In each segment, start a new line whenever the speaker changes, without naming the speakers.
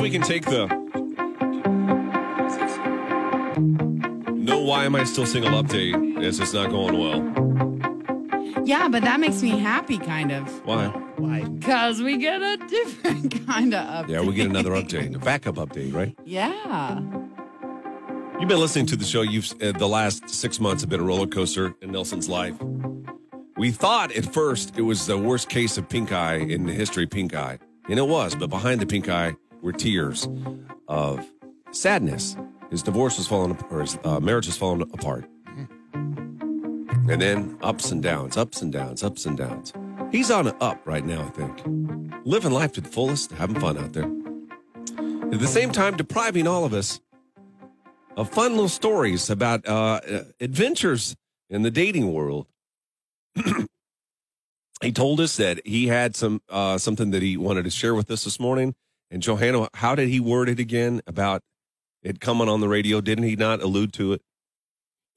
we can take the. No, why am I still single update? It's just not going well.
Yeah, but that makes me happy, kind of.
Why?
Why?
Because we get a different kind of update.
Yeah, we get another update, a backup update, right?
Yeah.
You've been listening to the show. You've uh, the last six months have been a roller coaster in Nelson's life. We thought at first it was the worst case of pink eye in the history of pink eye, and it was. But behind the pink eye were tears of sadness. His divorce was falling, ap- or his uh, marriage was falling apart, and then ups and downs, ups and downs, ups and downs. He's on an up right now, I think, living life to the fullest, having fun out there. At the same time, depriving all of us of fun little stories about uh, uh, adventures in the dating world. he told us that he had some uh, something that he wanted to share with us this morning. And Johanna, how did he word it again about it coming on the radio? Didn't he not allude to it?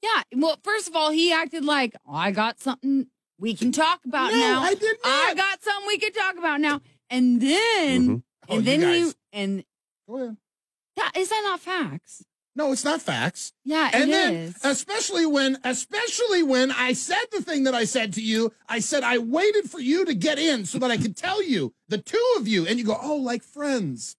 Yeah. Well, first of all, he acted like I got something we can talk about
No,
now.
I did
I
not.
got something we can talk about now. And then,
Mhm.
and
Oh, you
then
guys.
you, and
Go ahead.
that, is that not facts?
No, it's not facts.
Yeah, it
and then,
is.
especially when, especially when I said the thing that I said to you, I said I waited for you to get in so that I could tell you, the two of you, and you go, oh, like friends,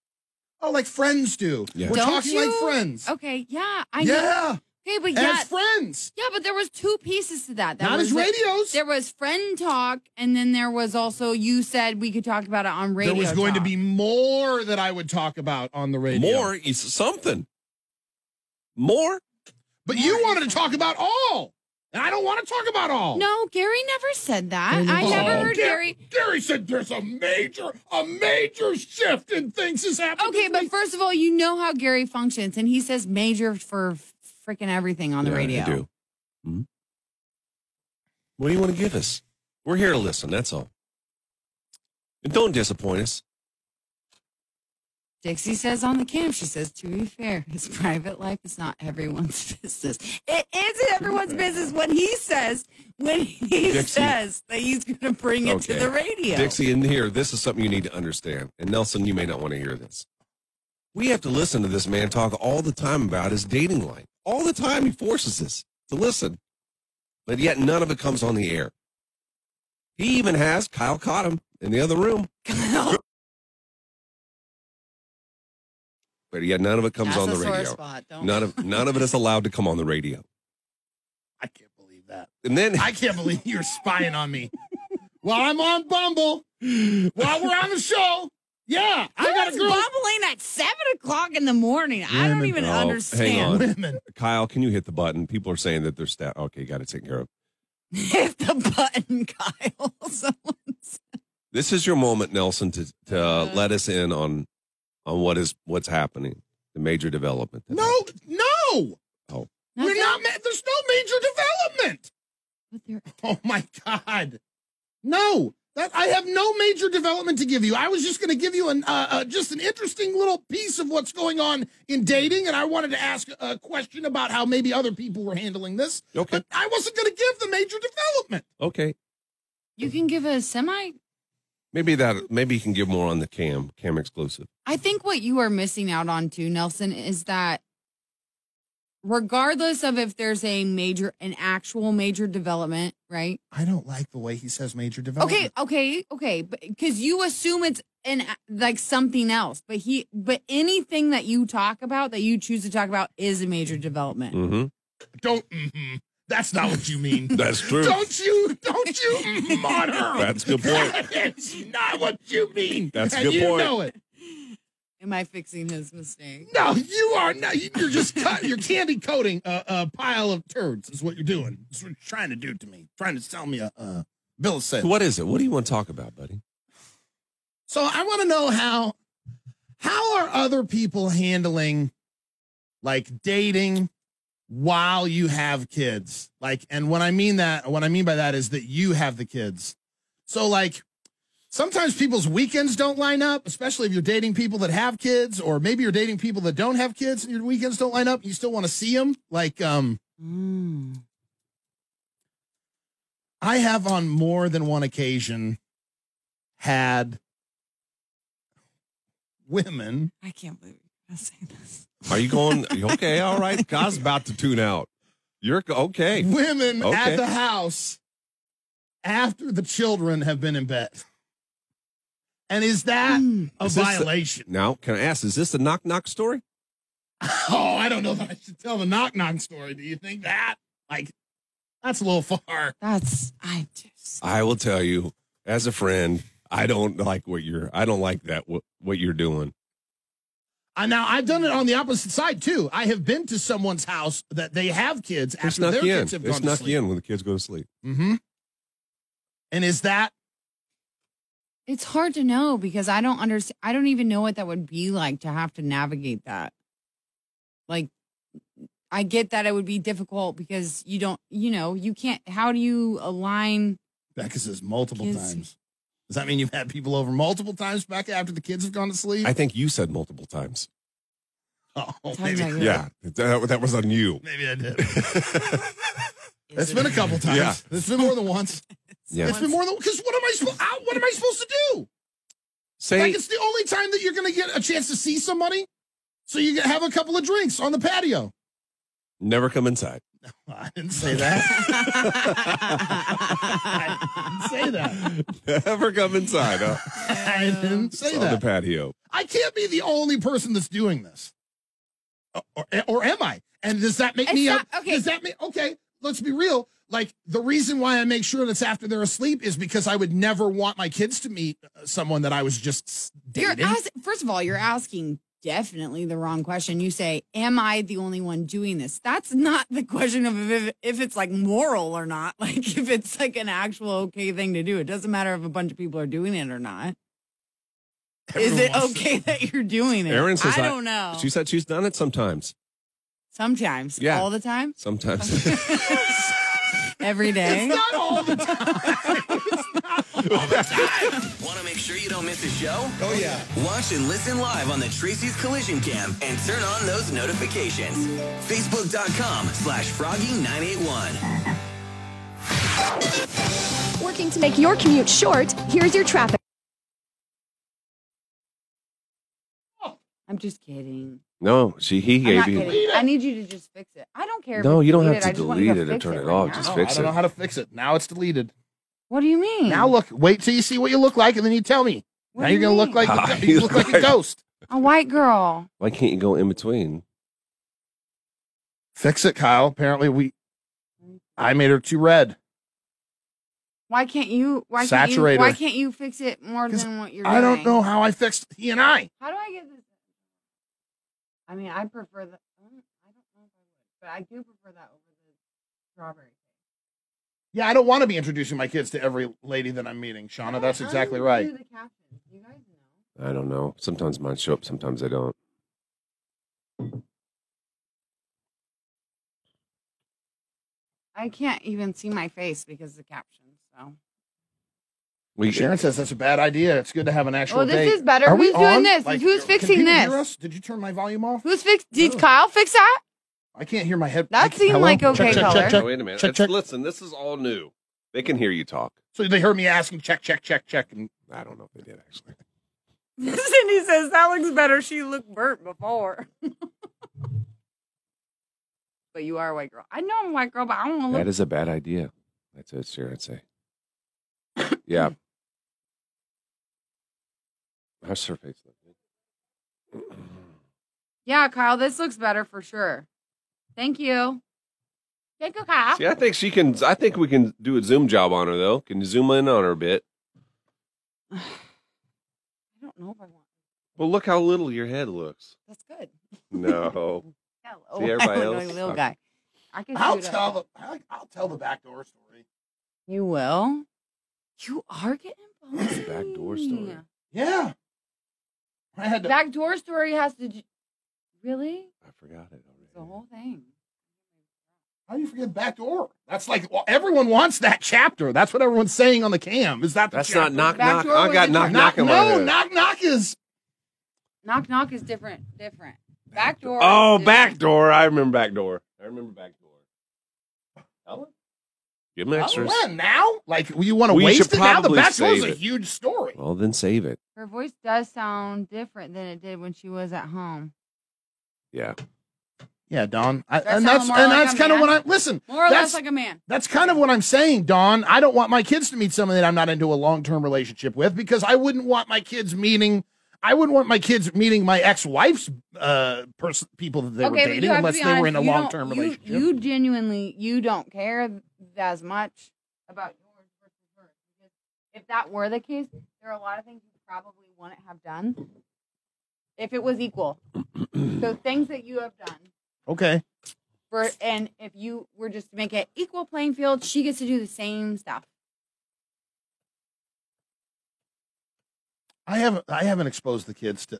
oh, like friends do.
Yeah.
We're
Don't
talking
you?
like friends.
okay. Yeah. I know.
yeah,
Okay, but
as
yeah.
friends,
Yeah, but there was two pieces to that. that
not
was
as
the-
radios.
There was friend talk, and then there was also you said we could talk about it on radio.
there was going
talk.
to be more that I would talk about on the radio.
More is something. More?
but
More
you
is
wanted to talk about all, and I don't want to talk about
Oh.
all.
No, Gary never said that. I
Oh,
never heard
Gar-
Gary.
Gary said there's a major, a major shift in things has happened.
Okay,
this
but
week."
first of all, you know how Gary functions, and he says major for freaking everything on the
Yeah,
radio.
I do. Mhm. What do you want to give us? We're here to listen. That's all. And don't disappoint us.
Dixie says on the cam, she says, to be fair, his private life is not everyone's business. It is everyone's business when he says, when he
Dixie.
says that he's going to bring it
Okay.
to the radio.
Dixie, in here, this is something you need to understand. And Nelson, you may not want to hear this. We have to listen to this man talk all the time about his dating life. All the time he forces us to listen. But yet none of it comes on the air. He even has Kyle Cottom in the other room. But yet none of it comes
That's
on
a
the
sore
radio.
spot. Don't-
None of none of it is allowed to come on the radio.
I can't believe that.
And then
I can't believe you're spying on me while I'm on Bumble, while we're on the show. Yeah, I
Who
got a
is
girl.
bumbling at seven o'clock in the morning. I don't
Women.
even
Oh, hang
understand.
on.
Women.
Kyle, can you hit the button? People are saying that they're stat okay, got it taken care of.
Hit the button, Kyle. Someone's
This is your moment, Nelson, to to
Mm-hmm.
uh, let us in on on what is what's happening, the major development.
No, no, we're not. Ma- there's no major development.
But there-
Oh my god, no. That, I have no major development to give you. I was just going to give you an uh, uh, just an interesting little piece of what's going on in dating, and I wanted to ask a question about how maybe other people were handling this.
Okay.
But I wasn't going to give the major development.
Okay.
You can give a semi.
Maybe that maybe you can give more on the cam cam exclusive.
I think what you are missing out on too, Nelson, is that regardless of if there's a major, an actual major development, right?
I don't like the way he says major development.
Okay, okay, okay. Because you assume it's an like something else, but he, but anything that you talk about that you choose to talk about is a major development.
Mm-hmm.
Don't. Mm-hmm. That's not what you mean.
That's true.
don't you? Don't you? mhm on her.
That's a good point.
That's not what you mean.
That's a
and
good
you
point.
know it.
Am I fixing his mistake?
No, you are not. you- You're just cut. You're candy coating a, a pile of turds. Is what you're doing. That's what you're trying to do to me. Trying to sell me a uh, bill of sale.
What is it? What do you want to talk about, buddy?
So I want to know how how are other people handling like dating while you have kids? Like and when I mean that what I mean by that is that you have the kids. So like sometimes people's weekends don't line up, especially if you're dating people that have kids or maybe you're dating people that don't have kids and your weekends don't line up, you still want to see them. Like um
Mm.
I have on more than one occasion had women.
I can't believe you're saying this.
Are you going? Okay, all right. God's about to tune out. You're okay.
Women
Okay.
at the house after the children have been in bed. And is that
Mm.
a
Is this the-
violation?
Now, can I ask? Is this the knock knock story?
Oh, I don't know that I should tell the knock knock story. Do you think that? Like, that's a little far.
That's I just
I will tell you, as a friend, I don't like what you're. I don't like that. What, what you're doing?
Uh, now, I've done it on the opposite side too. I have been to someone's house that they have kids
They
after
snuck
their
you in.
kids have
They
gone to
snuck you
sleep.
in when the kids go to sleep.
Mm-hmm. And is that
it's hard to know because I don't understand I don't even know what that would be like to have to navigate that. Like I get that it would be difficult because you don't you know, you can't how do you align
Becca says multiple
Kids.
times? Does that mean you've had people over multiple times, Becca, after the kids have gone to sleep?
I think you said multiple times.
oh,
Sounds
maybe,
like-
Yeah,
Yeah.
that, that was on you.
maybe I did. It's been a couple times.
Yeah.
It's been more than once.
Yeah.
It's been more than because what am I supposed? What am I supposed to do?
Say
Like it's the only time that you're going to get a chance to see somebody. So you can have a couple of drinks on the patio.
never come inside.
I didn't say that. I didn't say that.
never come inside. huh?
I didn't say
on the
that.
patio.
I can't be the only person that's doing this. Or, or, eh, or am I? And does that make
It's
me
not-
a,
okay.
Does that mean okay? Let's be real. Like the reason why I make sure that's after they're asleep is because I would never want my kids to meet uh, someone that I was just s-
You're
dating.
ask, first of all, you're asking definitely the wrong question. You say, "Am I the only one doing this?" That's not the question of if, if it's like moral or not. Like if it's like an actual okay thing to do. It doesn't matter if a bunch of people are doing it or not. Is
Everyone
it
wants to-
okay that you're doing it?
Erin says
I
I-
don't
Oh.
know.
She said she's done it sometimes.
Sometimes,
Yeah.
all the time,
Sometimes.
every
It's
day.
not all the time.
Want to make sure you don't miss a show?
oh yeah.
Watch and listen live on the Tracy's Collision Cam and turn on those notifications. Facebook.com slash Froggy981.
Working to make your commute short, here's your traffic.
I'm just kidding.
no, she Oh, he
I'm
gave
not
you.
kidding. I need you to just fix it. I don't care. if
No,
it's
you don't have
deleted.
to
I just want you
delete it or
fix
turn it
right
off.
now.
Just
Oh,
fix
I don't
it.
know how to fix it. Now it's deleted.
What do you mean?
Now look, wait till you see what you look like, and then you tell me.
Hmm. What
now
do
you're
you
gonna look
mean?
like
Ah,
a, you look like a ghost.
a white girl.
Why can't you go in between?
Fix it, Kyle. Apparently we, I made her too red.
Why can't you? Why
Saturator.
can't you? Why can't you fix it more
'Cause
than what you're doing?
I don't know how I fixed he and I.
How do I get this? I mean, I prefer the. I don't I don't know if I would, but I do prefer that over the strawberry.
Yeah, I don't want to be introducing my kids to every lady that I'm meeting, Shauna. That's
How do
exactly
you
right.
do the captions? You guys know.
I don't know. Sometimes mine show up. Sometimes I don't.
I can't even see my face because of the captions. So.
We
Sharon says that's a bad idea. It's good to have an actual.
Well, Oh, this
date.
is better.
Are we
Who's doing
on?
this?
Like,
Who's
can
fixing
people hear
this?
us? Did you turn my volume off?
Who's fix? Did
Oh.
Kyle fix that?
I can't hear my head.
That
I can-
seemed
Hello?
like okay
check, check,
color.
Check, check,
wait a minute.
check,
Let's-
check.
Listen, this is all new. They can hear you talk.
So they heard me asking, check, check, check, check, and
I don't know if they did actually.
Cindy says that looks better. She looked burnt before. but you are a white girl. I know I'm a white girl, but I don't want to look
That is a bad idea. That's what Sharon say. Yeah. How's her face look?
Ah.
Yeah, Kyle, this looks better for sure. Thank you. Thank you, Kyle.
See, I think she can. I think we can do a zoom job on her though. Can you zoom in on her a bit?
I don't know if I want.
Well, look how little your head looks.
That's good.
No,
Hello.
See, everybody
I don't know,
else- Oh.
little guy. I can
I'll
shoot up.
tell the I- I'll tell the backdoor story.
You will. You are getting bossy.
Backdoor story.
Yeah, I had to.
Backdoor story has to. j- Really?
I forgot it
The
already.
whole thing.
how do you forget backdoor? That's like well, everyone wants that chapter. That's what everyone's saying on the cam. Is that the
That's
chapter.
not knock knock.
Backdoor
I got
was a
knock
turn.
knock
knock?
on my
No,
head.
knock knock is
Knock knock is different. Different. Backdoor.
Oh,
is different.
backdoor. I remember backdoor. I remember backdoor. Ellen, give him
uh,
extras.
when now. Like you want to
We
waste
should
it now. The
probably
backdoor is
save
a
it.
huge story.
Well, then save it.
Her voice does sound different than it did when she was at home.
Yeah.
Yeah, Don. I,
That
and
sound
that's
more
and
like
that's
a
kind of
man.
what I listen.
More or
that's
less like a man.
that's kind of what I'm saying, Don. I don't want my kids to meet someone that I'm not into a long term relationship with because I wouldn't want my kids meeting. I wouldn't want my kids meeting my ex wife's uh person people that they
okay,
were
but you
dating
have
unless
to
they
be honest,
were in a
you don't-
long term
you-
relationship.
You, genuinely you don't care as much about yours versus hers. Because if that were the case, there are a lot of things you probably wouldn't have done if it was equal. so things that you have done
okay.
for, and if you were just to make it equal playing field, she gets to do the same stuff.
I haven't I haven't exposed the kids to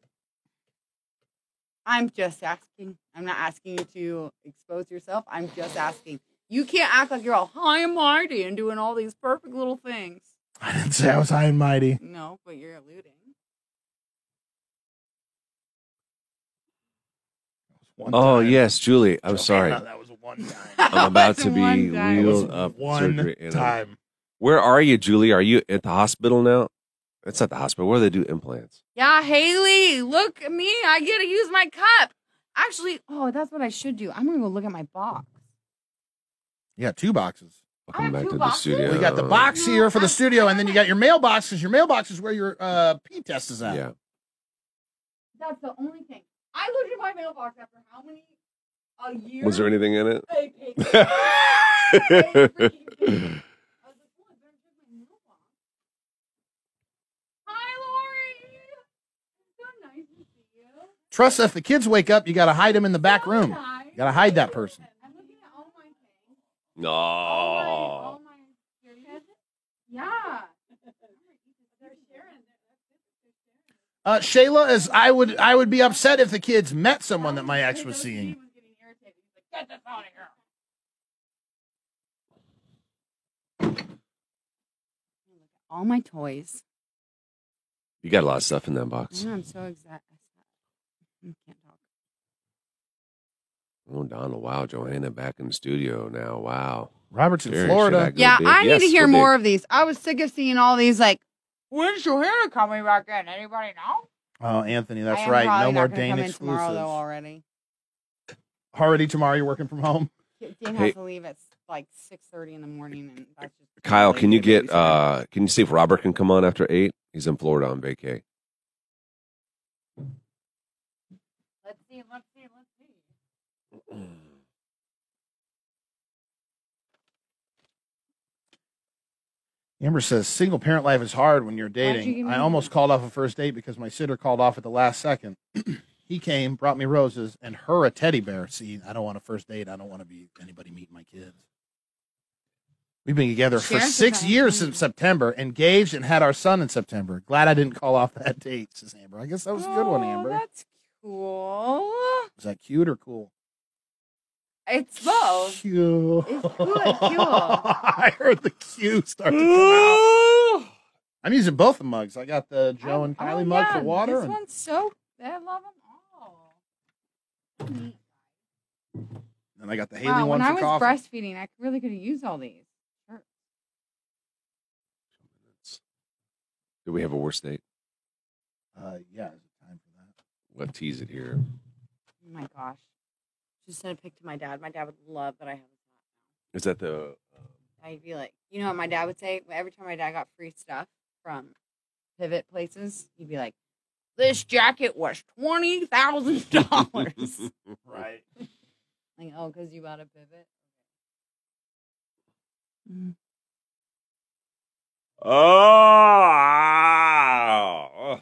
I'm just asking. I'm not asking you to expose yourself. I'm just asking. You can't act like you're all high and mighty and doing all these perfect little things.
I didn't say I was high and mighty.
No, but you're alluding.
One
Oh
time.
yes, Julie. I'm sorry.
That was one time.
I'm about to be
One guy.
That was
wheeled up
one
surgery. and uh, I'm-
time.
Where are you, Julie? Are you at the hospital now? It's not the hospital. Where they do implants.
Yeah, Haley, look at me. I get to use my cup. Actually, oh, that's what I should do. I'm gonna go look at my box.
Yeah, two boxes.
I
Welcome
have
back
two
to the
boxes?
studio.
We got the box
No,
here for the
I'm-
studio, and then you got your mailbox because your mailbox is where your uh, pee test is at.
Yeah.
That's the only thing. I looked at my mailbox after how many a year?
Was there anything in it?
I paid- I freaking paid. I was like, oh, I better check my mailbox. Hi, Lori. It's so nice to see you.
Trust if the kids wake up, you got to hide them in the back
So
room.
nice.
You got to hide that person.
I'm looking at all my things.
No.
All my, all my goodies. Yeah. They're sharing.
Uh, Shayla is. I would. I would be upset if the kids met someone that my ex was seeing.
All my toys.
You got a lot of stuff in that box.
I'm so excited. I can't talk.
Oh, Donald. Wow. Johanna back in the studio now. Wow.
Roberts in
Sure,
Florida.
should
Yeah,
Go big.
I need
Yes,
to hear
go big.
more of these. I was sick of seeing all these like, when's your hair coming back in? Anybody know?
Oh, Anthony,
I
that's
am
right.
probably
No
not
more
gonna
Dane
come in tomorrow though
exclusives.
already.
Already tomorrow, you're working from home.
Dane
Hey-
has to leave at like six thirty in the morning, and that's just
Kyle,
really
can you
good.
get uh can you see if Robert can come on after eight? He's in Florida on vacay.
Let's see. Let's see. Let's see.
Amber says single parent life is hard when you're
you
dating.
give me
I almost called off a first date because my sitter called off at the last second. he came, brought me roses and her a teddy bear. See, I don't want a first date. I don't want to be anybody meeting my kids. We've been together for
Sheriff is
six
on
years
the
since September, engaged and had our son in September. Glad I didn't call off that date, says Amber. I guess that was a good one,
Oh,
Amber.
That's cool.
Was that cute or cool?
It's both.
Cute.
It's good, cute.
I heard the cue start to come out. I'm using both the mugs. I got the Joe and
Oh,
Kylie
oh,
mug
yeah,
for water.
This
and-
one's so. I love them all. Neat.
And I got the Haley
Wow,
one
when I
for
was
coffee.
breastfeeding, I really could have used all these. Sure.
Do we have a worse date?
uh, yeah, is it time for that?
Let's tease it here.
Oh my gosh. Just sent a pic to my dad. My dad would love that I have a
Is that the
pot. I'd be like, you know what my dad would say? Every time my dad got free stuff from pivot places, he'd be like, this jacket was $20,000.
Right.
like, oh, because you bought a pivot?
Oh,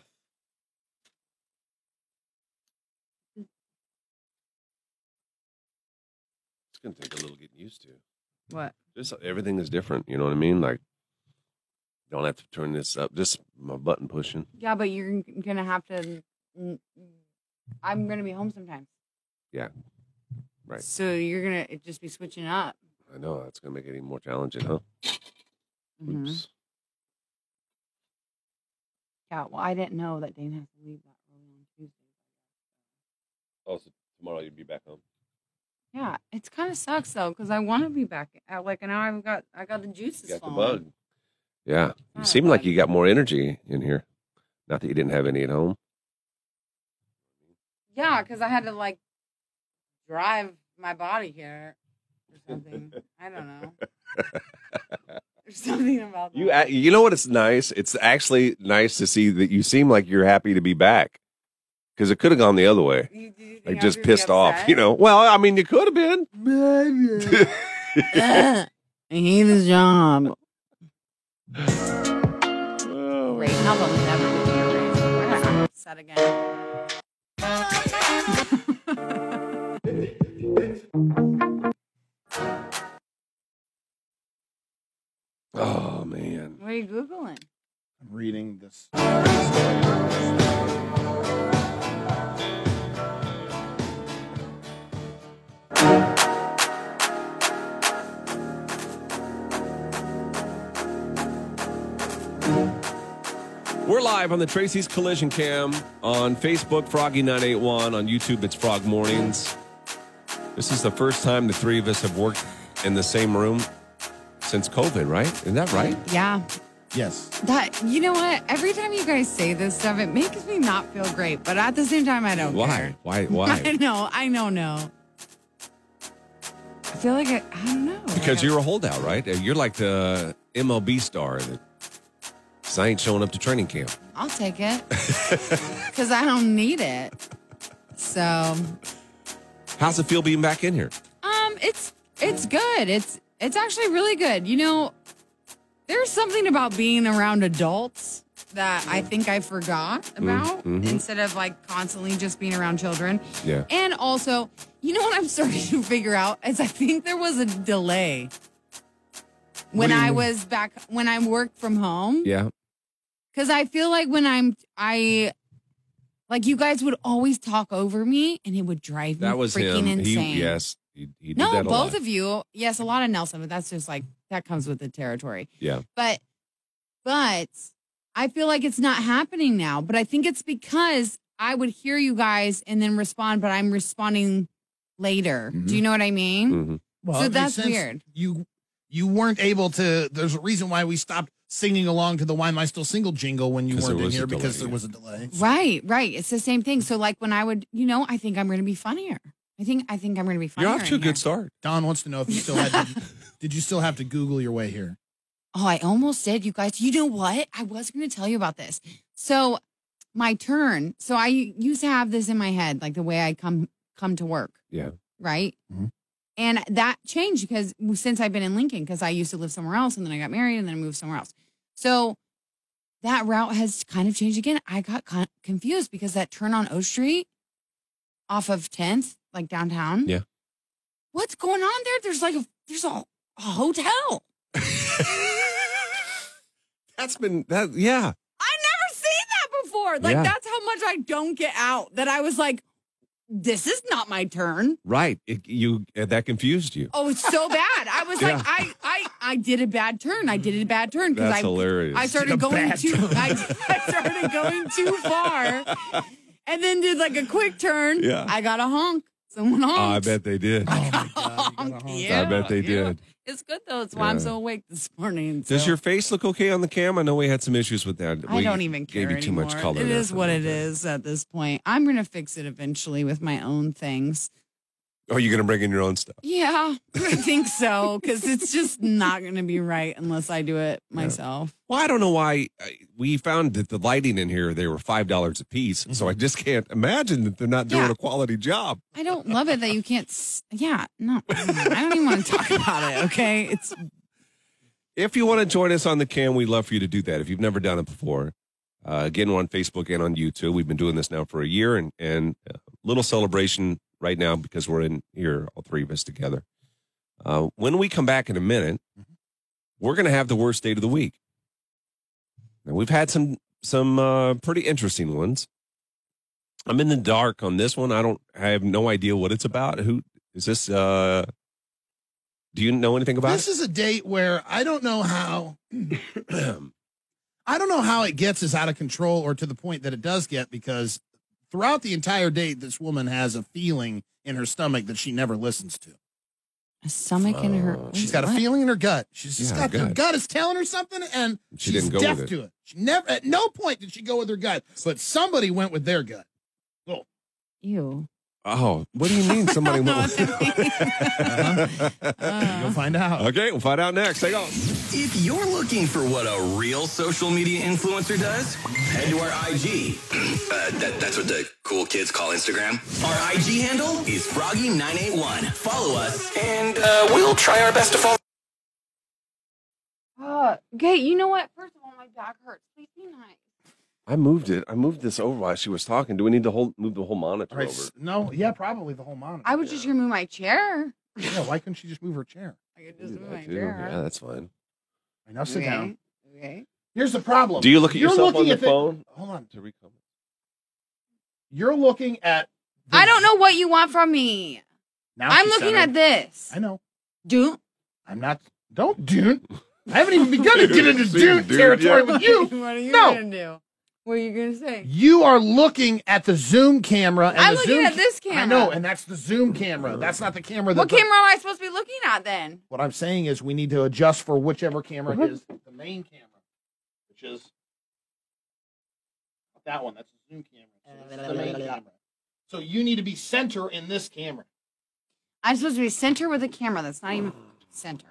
it's gonna take a little getting used to.
What?
Just everything is different. You know what I mean? Like, don't have to turn this up. Just my button pushing.
Yeah, but you're going to have to. I'm going to be home sometimes.
Yeah. Right.
So you're going to just be switching up.
I know that's gonna make it even more challenging, huh?
Mhm.
Oops.
Yeah, well, I didn't know that Dane has to leave that early on Tuesday.
Oh, so tomorrow you'll be back home.
Yeah, it's kind of sucks though because I want to be back at like an hour. I've got I got the juices
You got the
flowing.
bug. Yeah,
Not
you
a
seem like
bug.
you got more energy in here. Not that you didn't have any at home.
Yeah, because I had to like drive my body here or something. I don't know. There's something about that.
You a- you know what? It's nice. It's actually nice to see that you seem like you're happy to be back because it could have gone the other way.
You- do you think
Like
I
just
would be
pissed off,
upset?
you know. Well, I mean, you could have been.
I hate this job. Great. How about never give me a raise? We're not gonna upset again.
Oh man.
What are you googling?
I'm reading this.
We're live on the Tracy's Collision Cam on Facebook, Froggy981. On YouTube, it's Frog Mornings. This is the first time the three of us have worked in the same room since COVID, right? Isn't that right?
Yeah,
Yes.
that you know what? Every time you guys say this stuff, it makes me not feel great. But at the same time, I don't care.
Why? Why?
I
Why?
know. I don't know. I feel like I, I don't know.
Because
Like,
you're a holdout, right? You're like the MLB star that so I ain't showing up to training camp.
I'll take it because I don't need it. So, um,
How's it feel being back in here?
it's it's good. It's it's actually really good. You know, there's something about being around adults that I think I forgot
Mm,
about
mm-hmm.
instead of like constantly just being around children.
Yeah.
And also, you know what I'm starting to figure out is I think there was a delay when
do you
I
mean?
was back when I worked from home.
Yeah.
Cause I feel like when I'm I like you guys would always talk over me and it would drive me
That was
freaking
him.
insane.
He, yes. He, he did
no,
that a
both
lot.
of you. Yes, a lot of Nelson, but that's just like that comes with the territory.
Yeah.
But but I feel like it's not happening now. But I think it's because I would hear you guys and then respond, but I'm responding later.
Mm-hmm.
Do you know what I mean?
Mhm.
Well,
So
it makes
that's
sense.
weird.
You you weren't able to. There's a reason why we stopped singing along to the "Why Am I Still Single" jingle when you
'Cause there
weren't in
was a
here
delay,
because there
yeah.
was a delay.
Right, right. It's the same thing. So like when I would, you know, I think I'm going to be funnier. I think I think I'm going to be funnier.
You're off to a
in here.
good start.
Don wants to know if you still had. To, did you still have to Google your way here?
Oh, I almost did, you guys. You know what? I was going to tell you about this. So, my turn. So I used to have this in my head, like the way I come come to work.
Yeah. Mm-hmm.
Right.
Mhm.
And that changed because since I've been in Lincoln, because I used to live somewhere else, and then I got married, and then I moved somewhere else. So that route has kind of changed again. I got con- confused because that turn on O Street off of 10th, like downtown.
Yeah.
What's going on there? There's like a there's a, a hotel.
That's been that. Yeah.
I never seen that before. Like
Yeah.
that's how much I don't get out. That I was like, this is not my turn.
Right. It, you uh, that confused you.
Oh, it's so bad. I was
Yeah.
like, I, I, I did a bad turn. I did a bad turn because
That's
Oh, I,
hilarious.
I started
Did a
going
bad
too,
turn.
I, I started going too far, and then did like a quick turn.
Yeah.
I got a honk. Someone
Oh,
honked.
I bet they did.
Uh,
Honk.
I bet they
Yeah, yeah.
did.
It's good though. It's why I'm
Yeah.
so awake this morning.
Does
so-
your face look okay on the cam? I know we had some issues with that.
I
We
don't even care
Gave you too
anymore.
much color.
It
there
is
for a
what it
little bit.
is at this point. I'm gonna fix it eventually with my own things.
Oh, you're gonna bring in your own stuff.
Yeah, I think so because it's just not gonna be right unless I do it myself.
Well, I don't know why uh, we found that the lighting in here they were five dollars a piece, so I just can't imagine that they're not doing
Yeah.
a quality job.
I don't love it that you can't. S- yeah, no, I don't even want to talk about it. Okay, it's
If you want to join us on the cam, we'd love for you to do that. If you've never done it before, uh, again, we're on Facebook and on YouTube. We've been doing this now for a year and, and a little celebration right now because we're in here, all three of us together. Uh, when we come back in a minute, we're going to have the worst date of the week. Now, we've had some some uh, pretty interesting ones. I'm in the dark on this one. I don't. I have no idea what it's about. Who is this? Uh, do you know anything about
This is a date where I don't know how.
it?
I don't know how it gets as out of control or to the point that it does get because throughout the entire date, this woman has a feeling in her stomach that she never listens to.
A stomach in her.
She's got a
What?
feeling in her gut. She's just
Yeah,
got
her
her
gut.
gut is telling her something, and
She
she's
didn't go
deaf
with it.
to it. She never at no point did she go with her gut, but somebody went with their gut.
Ew.
Oh, what do you mean somebody
No,
went?
it's okay.
You'll find
Uh-huh.
out.
Okay, we'll find out next. Hang on.
If you're looking for what a real social media influencer does, head to our IG. uh, that, that's what the cool kids call Instagram. Our IG handle is Froggy981. Follow us, and uh, we'll try our best to follow.
Uh, okay, you know what? First of all, my back hurts. Please be nice.
I moved it. I moved this over while she was talking. Do we need to hold move the whole monitor
All right,
over?
s- no, yeah, probably the whole monitor.
I was just gonna move my chair.
yeah, why couldn't she just move her chair?
I could
Do
just move
that
my
too.
chair.
Yeah, that's fine.
All right, now sit
okay.
down.
Okay.
Here's the problem.
Do you look at
You're
yourself on
looking
the
at the-
phone?
Hold on.
To recover.
You're looking at. the-
I don't know what you want from me.
Now
I'm
she's
looking
centered.
at this.
I know.
Do
I'm not. Don't doot. I haven't even begun to get into
See,
doot
dude,
territory
yeah.
with you.
what are you
No.
gonna do? What are you gonna say?
You are looking at the zoom camera. And
I'm
the
looking
zoom
at this
I know,
camera.
and that's the zoom camera. That's not the camera. That
What
the-
camera am I supposed to be looking at then?
What I'm saying is, we need to adjust for whichever camera
Uh-huh.
is the main camera, which is not that one. That's the zoom camera. So, this is the main camera. So you need to be center in this camera.
I'm supposed to be center with a camera that's not even center.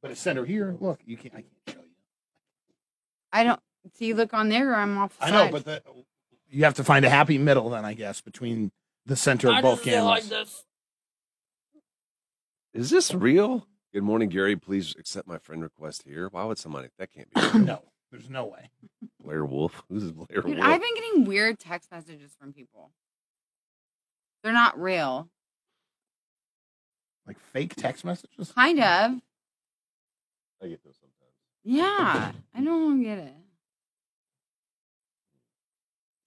But it's center here. Look, you can't. I can't show you.
I don't see. Look on there, or I'm off. The
I
side.
know, but the, you have to find a happy middle, then I guess, between the center of both cameras.
Is this real? Good morning, Gary. Please accept my friend request here. Why would somebody? That can't be real.
No, there's no way.
Blair Wolf. Who's Blair
Dude,
Wolf?
I've been getting weird text messages from people. They're not real,
Like fake text messages.
kind of.
I get those sometimes.
Yeah, I don't get it.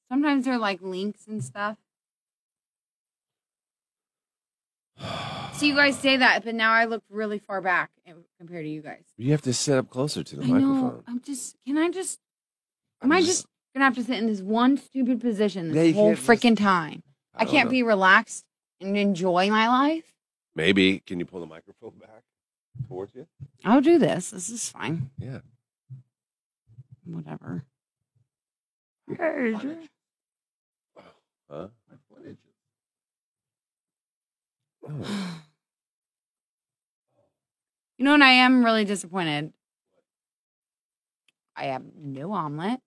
Sometimes they're like links and stuff. So you guys say that, but now I look really far back in- compared to you guys.
You have to sit up closer to the
I know.
microphone.
I'm just. Can I just? Am
I'm
I just, gonna have to sit in this one stupid position
Yeah,
this
you
whole
can't just-
freaking time? I,
don't
can't
know.
be relaxed and enjoy my life.
Maybe can you pull the microphone back towards you?
I'll do this. This is fine.
Yeah.
Whatever.
Huh?
You know what? I am really disappointed. I have no omelet.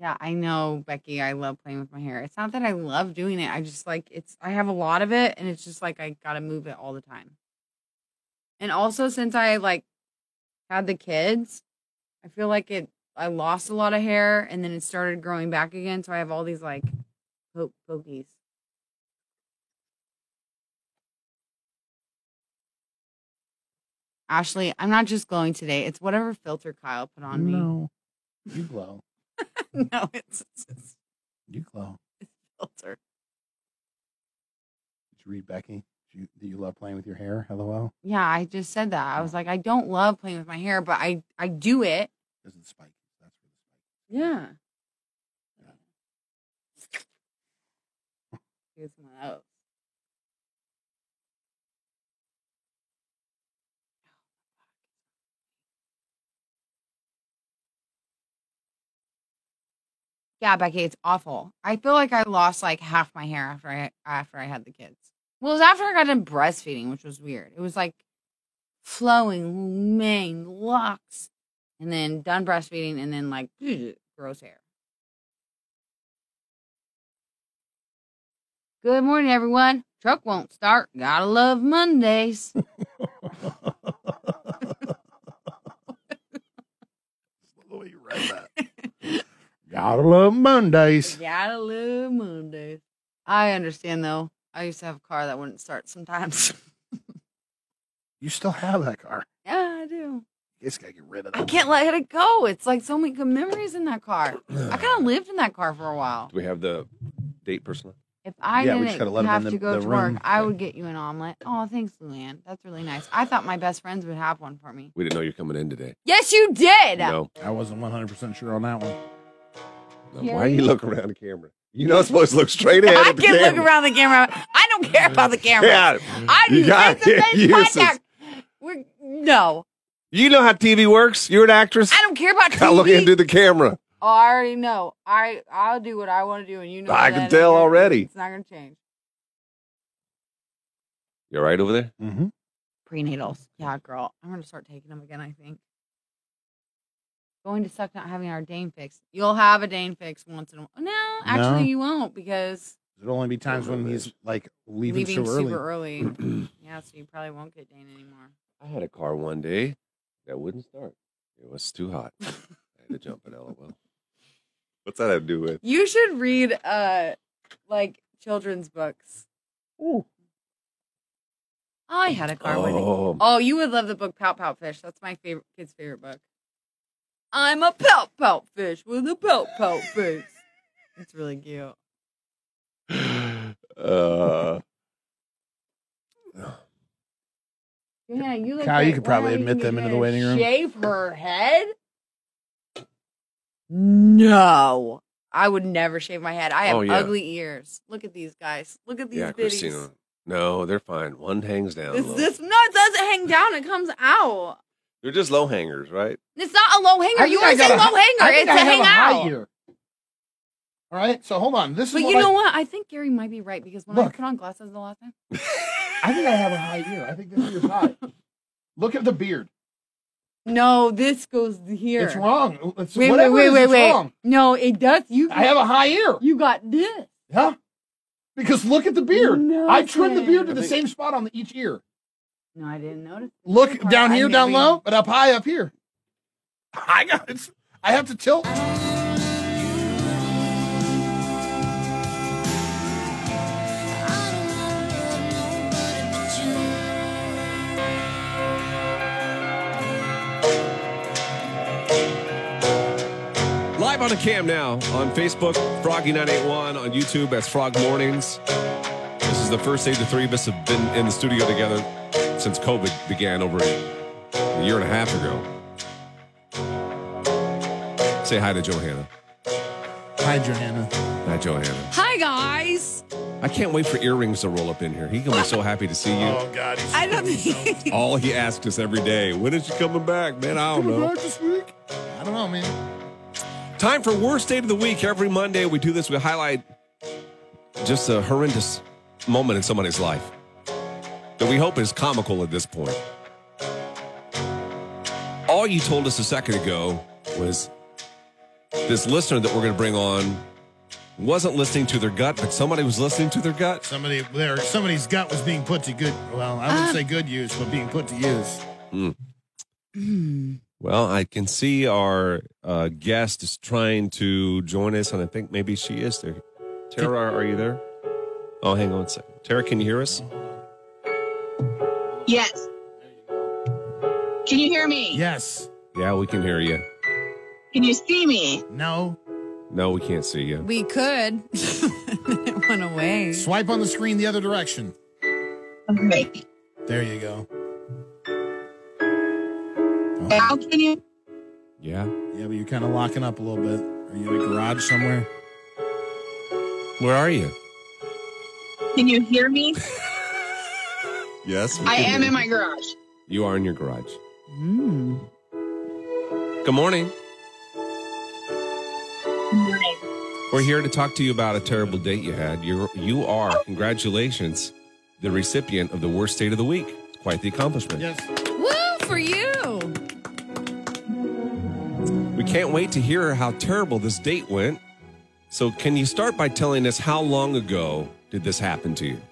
yeah, I know, Becky. I love playing with my hair. It's not that I love doing it. I just like it's. I have a lot of it, and it's just like I gotta move it all the time. And also, since I like had the kids, I feel like it. I lost a lot of hair, and then it started growing back again. So I have all these like po- pokies. Ashley, I'm not just glowing today. It's whatever filter Kyle put on me.
No, you glow.
no, it's, it's his
You glow.
filter.
Did you read Becky? Do you, do you love playing with your hair? LOL.
Yeah, I just said that. I was like, I don't love playing with my hair, but I I do it.
Because it's spiky. That's where the spike.
Yeah. Here's one of those. Yeah, Becky, it's awful. I feel like I lost like half my hair after I after I had the kids. Well, it was after I got done breastfeeding, which was weird. It was like flowing mane locks and then done breastfeeding, and then like gross hair. Good morning, everyone. Truck won't start. Gotta love Mondays.
the way you read that. Gotta love Mondays.
Gotta love Mondays. I understand though. I used to have a car that wouldn't start sometimes.
You still have that car.
yeah, I do.
You just gotta get rid of
I
it.
can't let it go. It's like so many good memories in that car. I kind of lived in that car for a while.
Do we have the date person?
If I
Yeah, we just
didn't
gotta let 'em in
have
the-
to go
the
to
room.
work, I would get you an omelet. Oh, thanks, Luann. That's really nice. I thought my best friends would have one for me.
We didn't know you're coming in today.
Yes, you did.
No.
I wasn't 100% sure on that one.
Why do you look around the camera? You're not supposed to look straight ahead
I
at the
can
camera.
look around the camera. I don't care about the camera.
Yeah,
I
You
do
got
face to
it.
face
You
contact. We're, no,
you know how TV works. You're an actress.
I don't care about TV.
I look into the camera.
Oh, I already know. I I'll do what I want to do, and you know.
I
that
can
ain't
tell
gonna-
already.
It's not gonna change.
You're right over there.
Mm-hmm.
Prenatals. Yeah, girl. I'm gonna start taking them again. I think. Going to suck not having our Dane fix. You'll have a Dane fix once in a while. No, actually,
No.
you won't because
There'll only be times when he's like leaving,
leaving,
so early.
super early. yeah, so you probably won't get Dane anymore.
I had a car one day that wouldn't start. It was too hot. I had to jump it. LOL. What's that have to do with?
You should read uh like children's books. I had a car one day.
Oh,
Oh, you would love the book Pout Pout Fish. That's my favorite kid's favorite book. I'm a pout pout fish with a pout pout face. It's really cute.
uh,
Yeah, you look
Kyle, you
great.
could probably
Wow,
admit
think
them
you're
into the
gonna
waiting room.
Shave her head? No. I would never shave my head. I have
Oh, yeah.
ugly ears. Look at these guys. Look at these
yeah,
biddies.
Christina. No, they're fine. One hangs down.
It's
low.
this no, it doesn't hang down. It comes out.
They're just low hangers, right?
It's not a low hanger.
I
You
think I
always say
got
low
a hi- I
hanger.
think
It's a
I have
hang
a high
out.
ear. All right, so hold on. This
But
is what
you know
I,
what? I think Gary might be right because when I
Look.
put on glasses the last time,
I think I have a high ear. I think this ear's high. Look at the beard.
no, this goes here.
It's wrong. It's,
Wait, wait,
whatever it
wait,
is,
wait,
it's
wait.
wrong.
No, it does. You
I have a high ear.
you got this.
Huh? Because look at the beard.
No
I trimmed the beard to
kidding.
the same spot on each ear.
No, I didn't notice.
Look
Or
down
I
here,
may
down
be-
low, but up high, up here. I got it's. I have to tilt.
Live on the cam now on Facebook, Froggy981, on YouTube, that's Frog Mornings. This is the first day the three of us have been in the studio together since COVID began over a year and a half ago. Say hi to Johanna.
Hi, Johanna.
Hi, Johanna.
Hi guys.
I can't wait for earrings to roll up in here. He's going to be so happy to see you.
God, he's
I don't think
All he asks us every day, when is she coming back? Man, I don't know.
this week. I don't know, man.
Time for worst date of the week. Every Monday we do this. We highlight just a horrendous moment in somebody's life that we hope is comical at this point. All you told us a second ago was this listener that we're going to bring on wasn't listening to their gut, but somebody was listening to their gut.
Somebody there. Somebody's gut was being put to good. Well, I wouldn't
Um,
say good use, but being put to use.
Well, I can see our uh, guest is trying to join us, and I think maybe she is there. Tara, are you there? Oh, hang on a second. Tara, can you hear us?
Yes. Can you hear me?
Yes.
Yeah, we can hear you.
Can you see me?
No.
No, we can't see you.
we could. it went away.
Swipe on the screen the other direction.
Okay.
There you go.
Now can you?
Yeah.
Yeah, but you're kind of locking up a little bit. Are you in a garage somewhere?
Where are you?
Can you hear me?
Yes.
I am in my garage.
You are in your garage.
Mm.
Good morning.
Morning.
We're here to talk to you about a terrible date you had. You're, you are, congratulations, the recipient of the worst date of the week. It's quite the accomplishment.
Yes.
Woo for you.
We can't wait to hear how terrible this date went. So, can you start by telling us how long ago did this happen to you?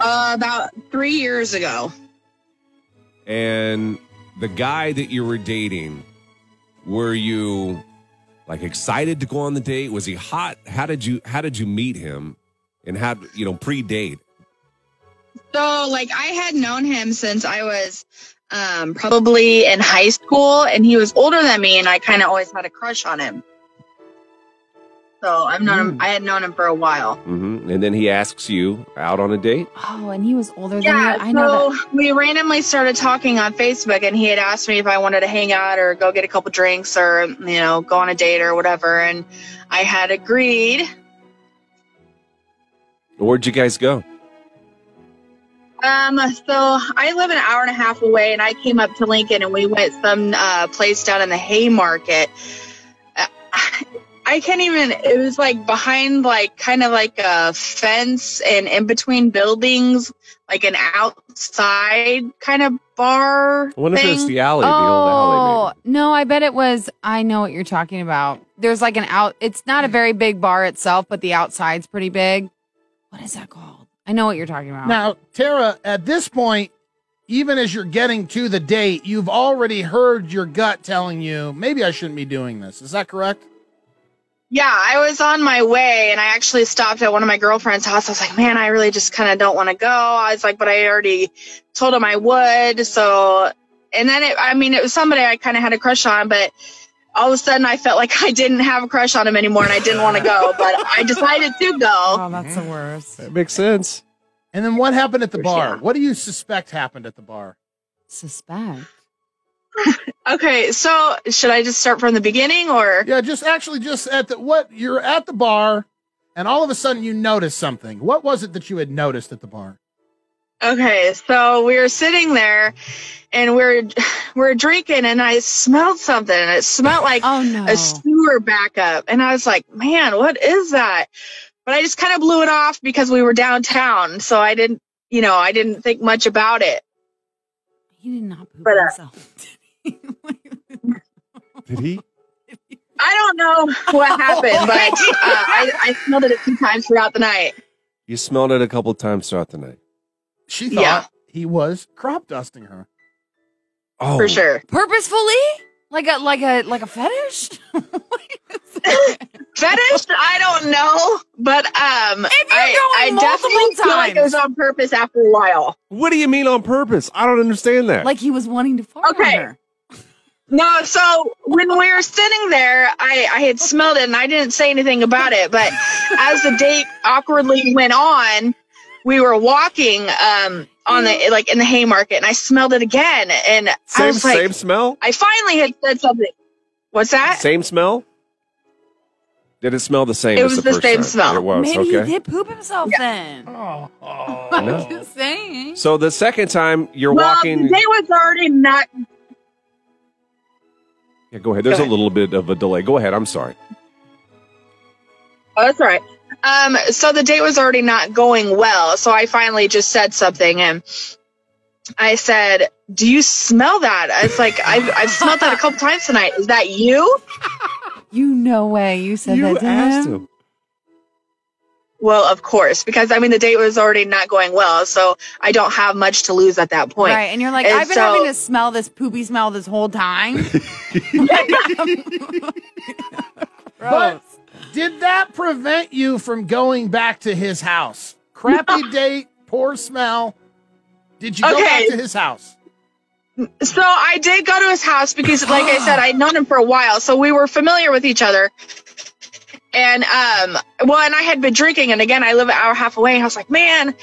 Uh, about three years ago.
and the guy that you were dating, were you like excited to go on the date? Was he hot? How did you how did you meet him? And how you know pre-date?
So, like, I had known him since I was um, probably in high school, and he was older than me, and I kind of always had a crush on him. So I've known him. I had known him for a while.
hmm And then he asks you out on a date.
Oh, and he was older than
Yeah,
you. I
so
know that.
we randomly started talking on Facebook, and he had asked me if I wanted to hang out or go get a couple drinks or you know go on a date or whatever, and I had agreed.
Where'd you guys go?
Um, so I live an hour and a half away, and I came up to Lincoln, and we went some uh, place down in the Haymarket. Uh, I can't even. It was like behind, like kind of like a fence, and in between buildings, like an outside kind of bar.
I wonder
thing.
if it's the alley, the old alley.
Oh
Maybe.
no, I bet it was. I know what you're talking about. There's like an out. It's not a very big bar itself, but the outside's pretty big. What is that called? I know what you're talking about.
Now, Tara, at this point, even as you're getting to the date, you've already heard your gut telling you, maybe I shouldn't be doing this. Is that correct?
Yeah, I was on my way and I actually stopped at one of my girlfriend's house. I was like, man, I really just kind of don't want to go. I was like, but I already told him I would. So, and then it, I mean, it was somebody I kind of had a crush on, but all of a sudden I felt like I didn't have a crush on him anymore and I didn't want to go, but I decided to go.
oh, that's the worst.
That makes sense.
And then what happened at the bar?
Yeah.
What do you suspect happened at the bar?
Suspect.
Okay, so should I just start from the beginning or?
Yeah, just actually just at the what you're at the bar and all of a sudden you notice something. What was it that you had noticed at the bar?
Okay, so we were sitting there and we're, we're drinking and I smelled something and it smelled like
Oh no.
a sewer backup. And I was like, man, what is that? But I just kind of blew it off because we were downtown. So I didn't, you know, I didn't think much about it.
He did not poop
But, uh,
himself. did he?
Did he?
I don't know what happened, but uh, I, I smelled it a few times throughout the night.
You smelled it a couple times throughout the night.
She thought
Yeah.
he was crop dusting her.
Oh,
For sure.
Purposefully? Like a like a like a fetish? What is that?
Fetish, I don't know, but um,
If you're
I,
going
I definitely
multiple
feel like it was on purpose after a while.
What do you mean on purpose? I don't understand that.
like he was wanting to fart
Okay.
on her.
No, so when we were sitting there, I, I had smelled it and I didn't say anything about it. But as the date awkwardly went on, we were walking um, on the like in the Haymarket, and I smelled it again, and I
same,
was like,
same smell.
I finally had said something. What's that?
Same smell. Did it smell the same?
It
as
was
the,
the
first
same
time?
smell.
It was
Maybe
okay.
he did poop himself then.
Oh,
No.
I'm just saying.
So the second time you're
well,
walking.
the day was already not.
Yeah, go ahead. There's
Go
a
ahead.
little bit of a delay. Go ahead. I'm sorry.
Oh, that's all right. Um, so the date was already not going well. So I finally just said something, and I said, "Do you smell that?" I was like, "I've, I've smelled that a couple times tonight. Is that you?"
You no way you said
you
that to
asked
him.
him.
Well, of course, because I mean the date was already not going well, so I don't have much to lose at that point.
Right, and you're like,
And
I've been
so-
having to smell this poopy smell this whole time.
But did that prevent you from going back to his house? Crappy date, poor smell. Did you go back to
Okay.
his house?
So I did go to his house because, like I said, I'd known him for a while, so we were familiar with each other. And um, well, and I had been drinking, and again, I live an hour and a half away, and I was like, man.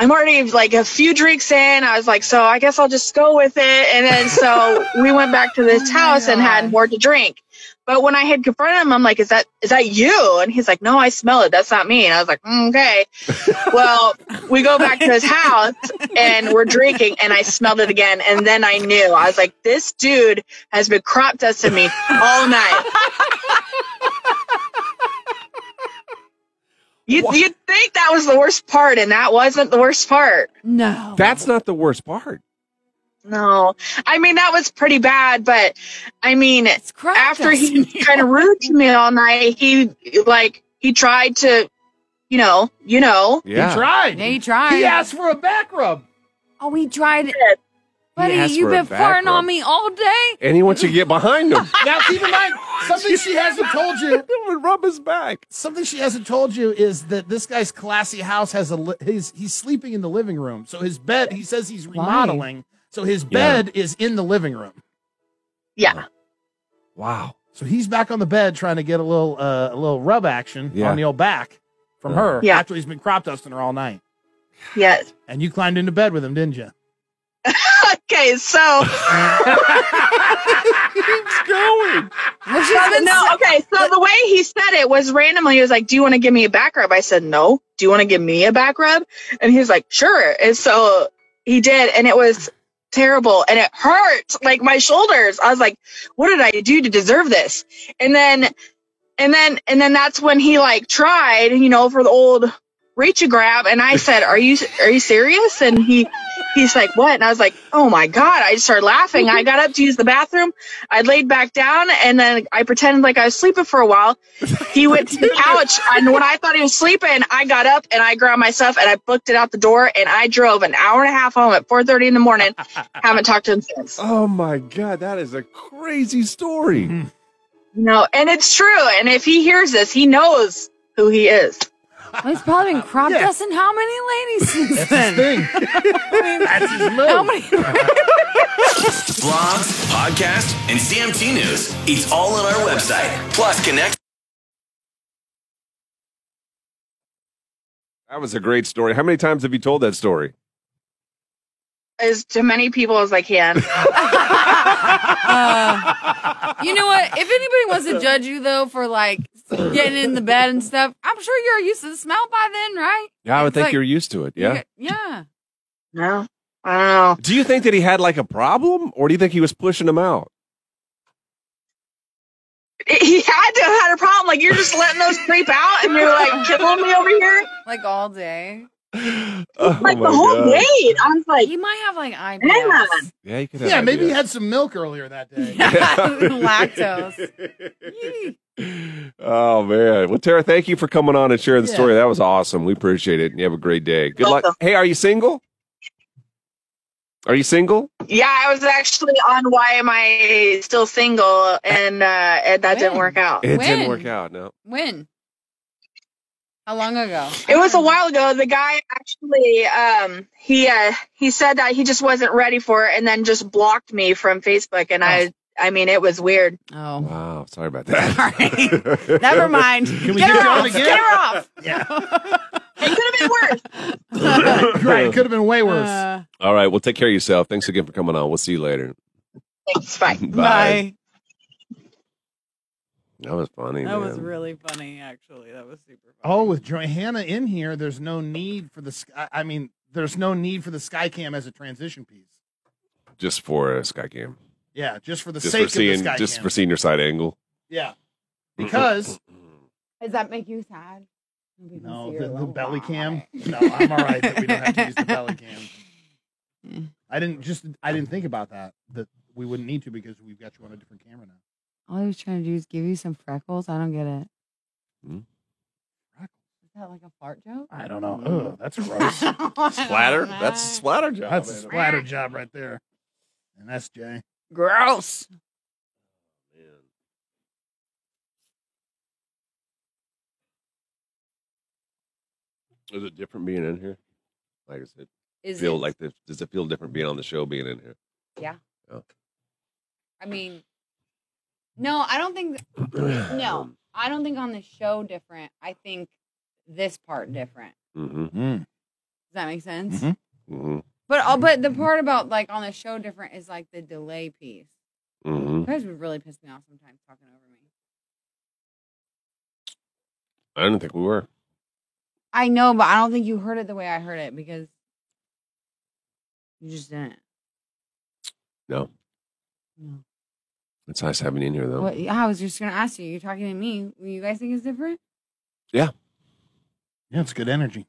I'm already like a few drinks in. I was like, so I guess I'll just go with it. And then so we went back to this
Oh my
house and had
God.
more to drink. But when I had confronted him, I'm like, is that is that you? And he's like, no, I smell it. That's not me. And I was like, "Mm, okay. well, we go back to his house and we're drinking, and I smelled it again. And then I knew. I was like, this dude has been crop dusting me all night. You'd, you'd think that was the worst part, and that wasn't the worst part.
no.
That's not the worst part.
No, I mean that was pretty bad, but I mean
it's crap.
after he
dusting.
was kind of rude to me all night, he like he tried to, you know, you know,
Yeah.
He tried.
Yeah, he tried.
He asked for a back rub.
Oh, he tried. Buddy,
asked
you've
for a
been
back
farting
rub.
on me all day.
And he wants you to get behind him.
Now keep in mind something she hasn't told you.
would rub his back.
Something she hasn't told you is that this guy's classy house has a li- he's he's sleeping in the living room. So his bed, he says he's remodeling. So his
Yeah.
bed is in the living room.
yeah.
Wow.
So he's back on the bed trying to get a little uh, a little rub action
Yeah.
on the old back from
Yeah.
her.
Yeah.
After he's been crop dusting her all night.
Yes.
And you climbed into bed with him, didn't you?
Okay, so
Keeps going.
Well, she's been
no, okay. So the way he said it was randomly. He was like, "Do you want to give me a back rub?" I said, "No." Do you want to give me a back rub? And he was like, "Sure." And so he did, and it was terrible, and it hurt like my shoulders. I was like, "What did I do to deserve this?" And then, and then, and then that's when he like tried, you know, for the old reach a grab, and I said, "Are you are you serious?" And he. He's like, what? And I was like, oh my God. I just started laughing. I got up to use the bathroom. I laid back down and then I pretended like I was sleeping for a while. He went to the couch, and when I thought he was sleeping, I got up and I grabbed my stuff and I booked it out the door and I drove an hour and a half home at 4:30 in the morning. Haven't talked to him since.
Oh my god, that is a crazy
Hmm.
story.
No, and it's true. And if he hears this, he knows who he is.
Well, he's probably been crop dusting how many ladies since
That's his
then?
thing. That's his move.
How many?
Blogs, podcast, and CMT news. It's all on our website. Plus, connect.
That was a great story. How many times have you told that story?
As to many people as I can.
Uh,
You know what? If anybody wants to judge you though for like getting in the bed and stuff, I'm sure you're used to the smell by then, right?
Yeah, I would
It's
think
like-
you're used to it.
You
Yeah.
get- yeah.
No, I don't know.
Do you think that he had like a problem, or do you think he was pushing him out?
He had to have had a problem. Like you're just letting those creep out, and you're like killing me over here.
Like all day.
Oh
Like
my
the whole
God.
date, I was like,
He might have like IBS.
Yeah, you could have
Yeah, maybe he
IBS.
had some milk earlier that day.
Lactose.
oh man. Well, Tara, thank you for coming on and sharing the
Yeah.
story. That was awesome. We appreciate it. And you have a great day. Good luck.
Welcome.
Hey, are you single? Are you single?
Yeah, I was actually on Why Am I Still Single, and uh, and that didn't
When?
work out.
It didn't
When?
work out. No.
When? How long ago?
It was a while ago. The guy actually, um, he uh, he said that he just wasn't ready for it, and then just blocked me from Facebook. And I, I mean, it was weird.
Oh.
Wow. Sorry about that.
Sorry. Never mind.
Can we
get,
get
her
going
off.
again?
Get her off.
It could have been worse.
right. It could have been way worse.
Uh,
All right. Well, take care of yourself. Thanks again for coming on. We'll see you later.
Thanks. Bye.
bye.
That was funny.
That was
man.
really funny, actually. That was super funny.
Oh, with Johanna in here, there's no need for the sky. I mean, there's no need for the sky cam as a transition piece.
just for a sky cam.
Yeah, just for the
Just
sake
for seeing
of the sky
just
cam.
for seeing your side angle.
yeah, because
Does that make you sad? Nobody can
no,
see your
the, the
little
belly cam.
body.
No, I'm all right. That we don't have to use the belly cam. I didn't just. I didn't think about that. That we wouldn't need to because we've got you on a different camera now.
All he was trying to do is give you some freckles. I don't get it.
Hmm?
Is that like a fart joke?
I don't know.
Mm-hmm.
Ugh, that's gross.
Splatter? That's a splatter job.
that's a
man.
splatter job right there. And that's Jay.
gross.
Is it different being in here? Like I said,
Is
feel
it-
like this, does it feel different being on the show being in here?
I mean, no, I don't think. No, I don't think on the show different. I think this part different.
Mm-hmm.
Does that make sense?
Mhm.
Mm-hmm.
But all, but the part about like on the show different is like the delay piece.
Mm-hmm.
You guys would really piss me off sometimes talking over me.
I don't think we were.
I know, but I don't think you heard it the way I heard it because you just didn't.
No.
No.
It's nice having you in here
Oh.
though.
What? I was just gonna ask you. You're talking to me. You guys think it's different?
Yeah, it's good energy.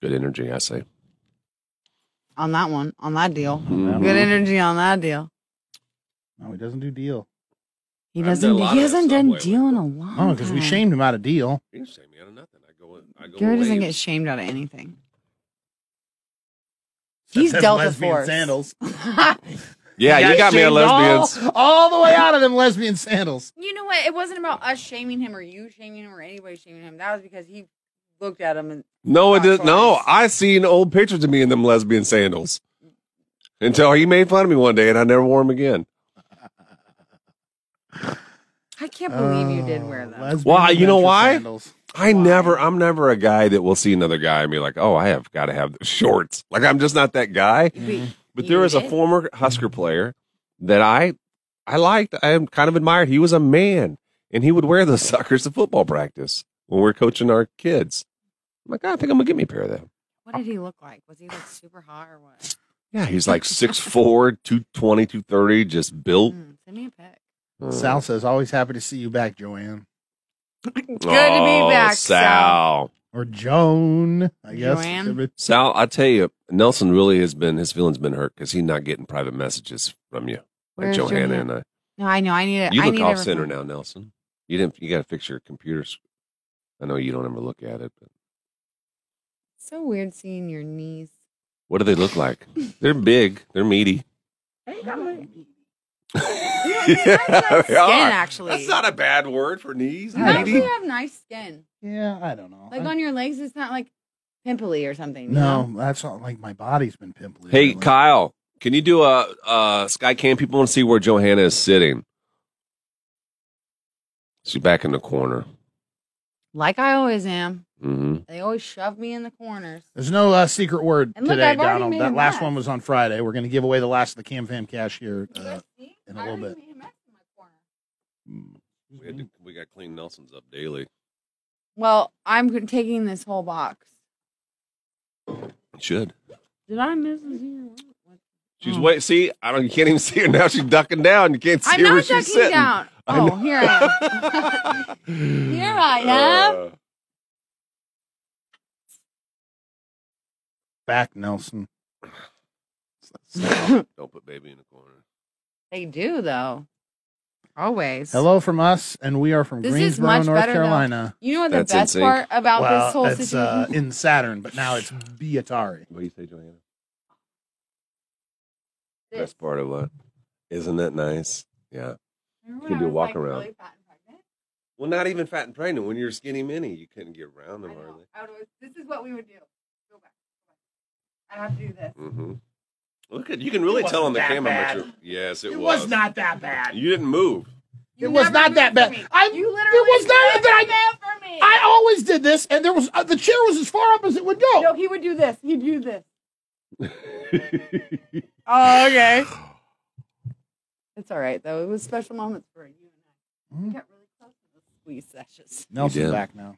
Good energy, I say.
On that one, on that deal.
Mm-hmm.
Mhm.
Good energy on that deal.
No, he doesn't do deal.
He
I've done a
doesn't.
lot
He
of that
hasn't done
Subway
deal in a
lately.
long.
No, because Oh, we
time.
shamed him out of deal.
You didn't say me out of nothing. I go. I go.
Garrett doesn't
away.
get shamed out of anything.
He's
That's
dealt with
lesbian
force.
sandals.
yeah, you got me a
shamed
lesbians.
All, all the way out of them lesbian sandals.
You know what? It wasn't about us shaming him or you shaming him or anybody shaming him. That was because he looked at him and
No, it
Not
didn't. No,
twice.
I seen old pictures of me in them lesbian sandals until he made fun of me one day, and I never wore them again.
I can't believe you did wear
Oh,
them.
Why, you know why? I never, I'm never a guy that will see another guy and be like, oh, I have got to have those shorts. Like, I'm just not that guy.
mm.
But there was a
did?
former Husker player that I, I liked. I kind of admired. He was a man, and he would wear those suckers to football practice when we are coaching our kids. I'm like, I think I'm gonna get me a pair of them.
What did he look like? Was he like super hot or what?
Yeah, he's like 6'4", 220, 230, just built.
Mm, send me a pic.
Sal says, always happy to see you back, Joanne.
Good to be back, Sal.
Oh, Sal.
Or Joan, I guess.
Joanne?
Could be-
Sal, I tell you, Nelson really has been his feelings been hurt because he's not getting private messages from you, like
Where's
Johanna
Johanna?
and I.
No, I know. I need it.
You
I
look
need
off
a
center
refund.
now, Nelson. You didn't. You got to fix your computer. sc- I know you don't ever look at it. But
So weird seeing your knees.
what do they look like? They're big. They're meaty.
nice
They
skin,
are.
actually.
That's not a bad word for knees.
You
I don't
actually
Meaty.
know.
have nice skin.
Yeah, I don't know.
Like on your legs, it's not like pimply or something. you know?
no, that's not like my body's been pimply.
Hey,
lately.
Kyle, can you do a, a sky cam? People want to see where Johanna is sitting. She's back in the corner.
Like I always am.
hmm
They always shove me in the corners.
There's no uh, secret word
And look,
today,
I've already
Donald.
made
That
a
last
mess.
one was on Friday. We're going to give away the last of the Cam Fam cash here.
You
Uh,
guys see?
in a
I
little
already
bit.
made a mess in my corner.
Mm-hmm. We, had to, we got clean Nelson's up daily.
Well, I'm taking this whole box.
It should.
Did I miss you?
She's wait. See, I don't. You can't even see her now. She's ducking down. You can't see
I'm
her where
not
she's
ducking
sitting.
down.
I know.
Oh, here I am. here I am.
Uh,
back, Nelson.
don't put baby in the corner.
They do though. Always.
Hello from us, and we are from
This is
Greensboro,
much
North
better now.
Carolina.
You know what the
That's
best
NSYNC.
part about
well,
this whole
it's
situation?
uh, in Saturn, but now it's Biatari.
What do you say, Joanna?
This.
Best part of what? Isn't that nice? Yeah.
Remember
you
when
can do
I
a
was,
walk
like,
around.
really fat and pregnant?
Well, not even fat and pregnant. When you're skinny mini, you couldn't get around them
I know.
hardly.
I would always- this is what we would do. Go back. Go back. I have to do this.
Mm-hmm. Look at you can really tell on the
wasn't that
camera. how
bad.
much you're- Yes, it,
It was not that bad.
You didn't move.
You
It was
never
not that
do it for
bad.
me.
I-
you
it
literally
was not
never
that
do it for me.
I always did this, and there was uh, the chair was as far up as it would go.
no, he would do this. He'd do this.
That's
Oh, okay. It's all right though. It was special moments for you and I. We got really close in the squeeze sessions.
You
Nelson
did.
back now.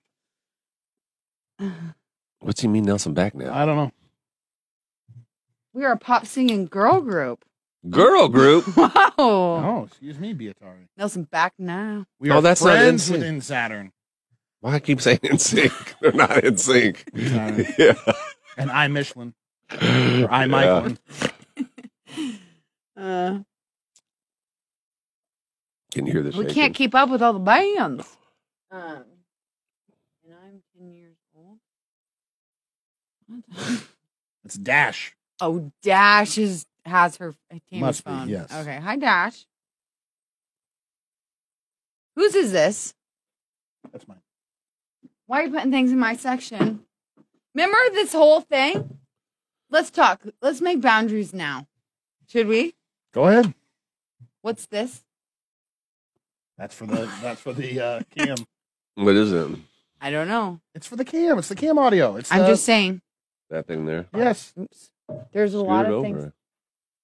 What's he mean, Nelson? Back now,
I don't know.
We are a pop singing girl group.
girl group.
Wow.
Oh, excuse me, Biatari.
Nelson back now.
We
Oh,
are
that's not
friends
NSYNC.
within Saturn,
Why I keep saying in sync? They're not in sync.
Saturn.
yeah.
and I Michelin
Or
or I Michelin.
Uh,
Can you hear this?
we can't keep up with all the bands. Um, and I'm ten years old. What?
It's Dash.
oh, Dash is has her Tammy's
Must be,
phone.
yes.
Okay, hi Dash. Whose is this?
That's mine.
Why are you putting things in my section? Remember this whole thing? Let's talk. Let's make boundaries now. Should we?
Go ahead.
What's this?
That's for the that's for the uh, cam.
What is it?
I don't know.
It's for the cam. It's the cam audio. It's
I'm
the-
just saying.
That thing there.
yes.
Oops. There's a
Scoot
lot
it
of
over.
things.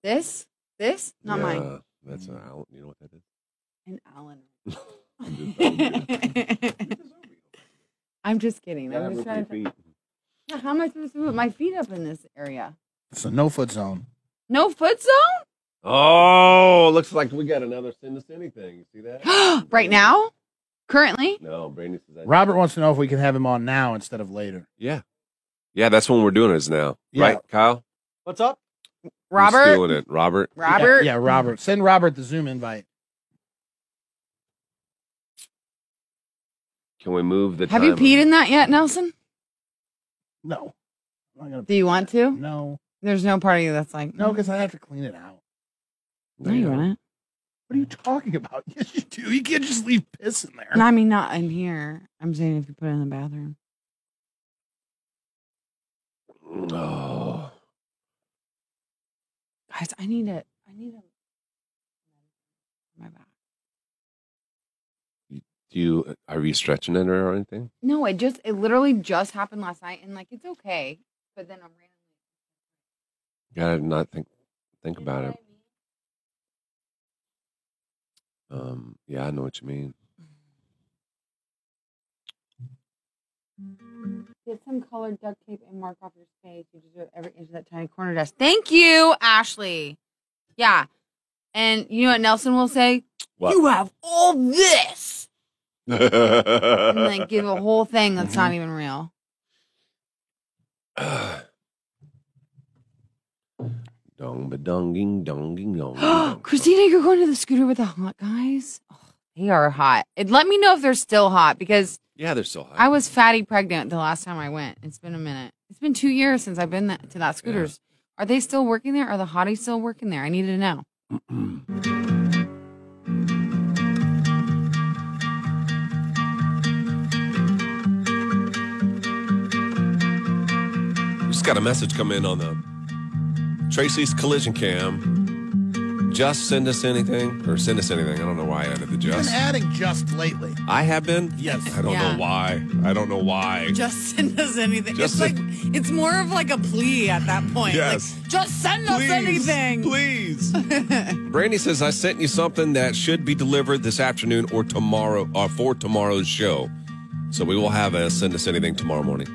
This, this, not mine.
Yeah, That's an Allen. You know what that is?
And Alan.
I'm just-
I'm just kidding.
Yeah,
I'm just
with
trying
your
to.
feet.
Yeah, How am I supposed to put my feet up in this area?
It's a no foot zone.
No foot zone
Oh, looks like we got another send us anything. You see that?
right now. Currently,
No, Brandy says. I-
Robert wants to know if we can have him on now instead of later.
Yeah, yeah. That's when we're doing it is now,
Yeah.
right, Kyle?
What's up?
Who's
Robert.
doing it, Robert.
Robert.
Yeah, yeah, Robert. Send Robert the Zoom invite.
Can we move the?
Have you
time?
peed in that yet, Nelson?
No. I'm not
Do you want
gonna
to?
No.
There's no part of you that's like
No, because I have to clean it out.
No, you wouldn't.
What are you talking about? Yes, you do. You can't just leave piss in there.
No, I mean not in here. I'm saying if you put it in the bathroom.
Oh,
Guys, I need it. I need a my back.
Do you are you stretching it or anything?
No, it just it literally just happened last night, and like it's okay. But then I'm randomly
Gotta not think think about it. Um, yeah, I know what you mean.
get some colored duct tape and mark off your space. You deserve every inch of that tiny corner desk. Thank you, Ashley. Yeah, and you know what Nelson will say?
What?
You have all this, and then
Ugh.
give a whole thing that's not even real.
dong ba donging donging dong.
Christina, you're going to the scooter with the hot guys. Oh, they are hot. And let me know if they're still hot because
Yeah, they're so high.
I was fatty pregnant the last time I went. It's been a minute. It's been two years since I've been that, to that scooters. Are they still working there? Are the hotties still working there? I needed to know.
We just got a message come in on the Tracy's collision cam. Just send us anything or send us anything. I don't know why I added the
I've been
just.
adding just lately.
I have been.
Yes.
I don't
Yeah.
know why. I don't know why.
Just send us anything.
Just
it's like
send-
it's more of like a plea at that point.
Yes.
Like, just send us anything.
Please. Brandy says, I sent you something that should be delivered this afternoon or tomorrow or for tomorrow's show. So we will have a send us anything tomorrow morning.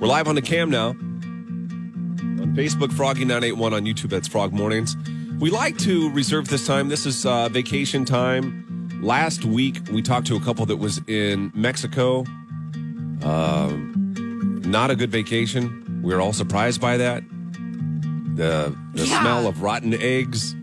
We're live on the cam now. On Facebook, Froggy981 on YouTube, that's Frog Mornings. We like to reserve this time. This is uh, vacation time. Last week, we talked to a couple that was in Mexico. Um, not a good vacation. We were all surprised by that the the
Yeah.
smell of rotten eggs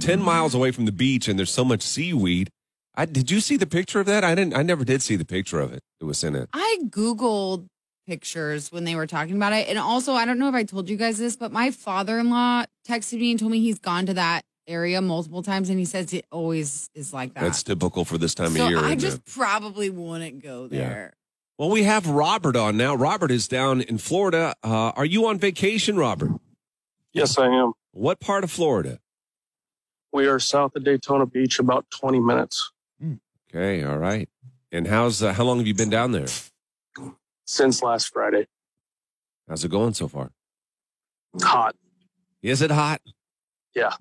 10 miles away from the beach and there's so much seaweed I, did you see the picture of that i didn't i never did see the picture of it it was in it
I
Googled pictures when they were talking about it. And also, I don't know if I told you guys this, but my father in law texted me and told me he's gone to that area multiple times and he says it always is like that.
that's typical for this time
so
of year
I
isn't
just
it?
probably wouldn't go
Yeah.
there.
well we have robert on now robert is down in florida uh, are you on vacation robert
Yes, I am.
what part of florida
We are south of Daytona Beach, about 20 minutes
okay all right and how's uh, how long have you been down there
since last Friday.
how's it going so far
Hot.
is it hot
Yeah.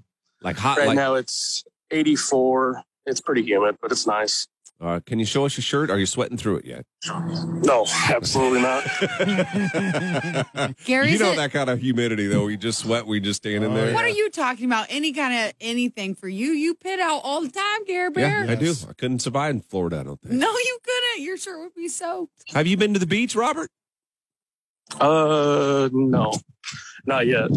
like hot
Right
like
now it's 84. It's pretty humid, but it's nice.
uh, can you show us your shirt are you sweating through it yet
No, absolutely not.
Gary,
you
is
know
it-
that kind of humidity though. We just sweat. We just stand in
Oh,
there.
yeah.
What are you talking about? Any kind of anything for you? You pit out all the time, Gary Bear.
Yeah, I do.
Yes.
I couldn't survive in Florida. I don't think.
No, you couldn't. Your shirt would be soaked.
Have you been to the beach, Robert?
Uh, no, not yet.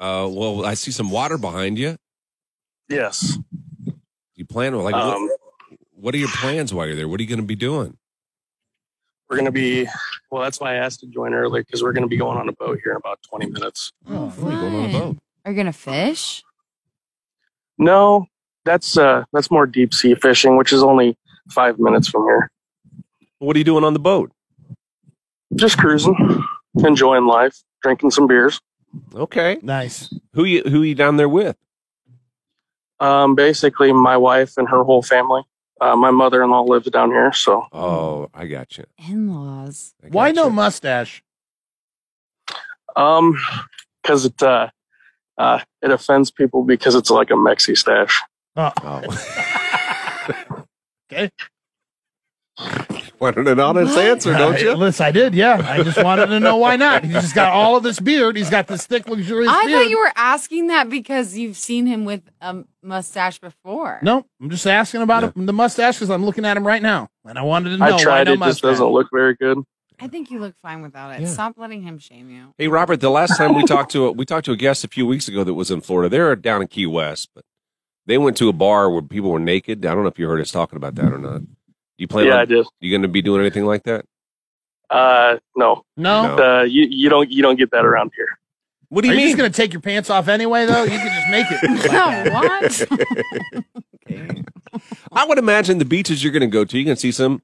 Uh, well, I see some water behind you.
Yes.
You plan like
Um,
what, what are your plans while you're there? What are you going to be doing?
we're going to be, well, that's why I asked to join early because we're going to be going on a boat here in about 20 minutes.
Oh,
We're going on a
Fun.
boat.
Are you going to fish?
No, that's, uh, that's more deep sea fishing, which is only five minutes from here.
What are you doing on the boat?
Just cruising, enjoying life, drinking some beers.
Okay.
nice.
Who you who you down there with?
Um, basically, my wife and her whole family. Uh, my mother in law lives down here, so
Oh, I got you.
In laws.
I
Why
got
no
you.
mustache?
um, because it uh, uh, it offends people because it's like a Mexi stash.
Oh,
Oh.
Okay.
Wanted an honest answer, don't
I,
you?
listen, I did. Yeah, I just wanted to know why not. He's just got all of this beard. He's got this thick, luxurious
I
beard.
thought you were asking that because you've seen him with a mustache before.
No, I'm just asking about
Yeah.
it- the mustache because I'm looking at him right now, and I wanted to know.
I tried
why no
it; just
mustache.
doesn't look very good.
I think you look fine without it.
Yeah.
Stop letting him shame you.
Hey Robert, the last time we talked to a, we talked to a guest a few weeks ago that was in Florida. They're down in Key West, but they went to a bar where people were naked. I don't know if you heard us talking about that or not. You plan
yeah,
on
I did.
you going to be doing anything like that?
Uh, no,
No,
No.
Uh, you you don't you don't get that around here.
What do
are
you
you
mean?
just gonna take your pants off anyway? Though you can just make it. like that.
what?
I would imagine the beaches you're going to go to, you're going to see some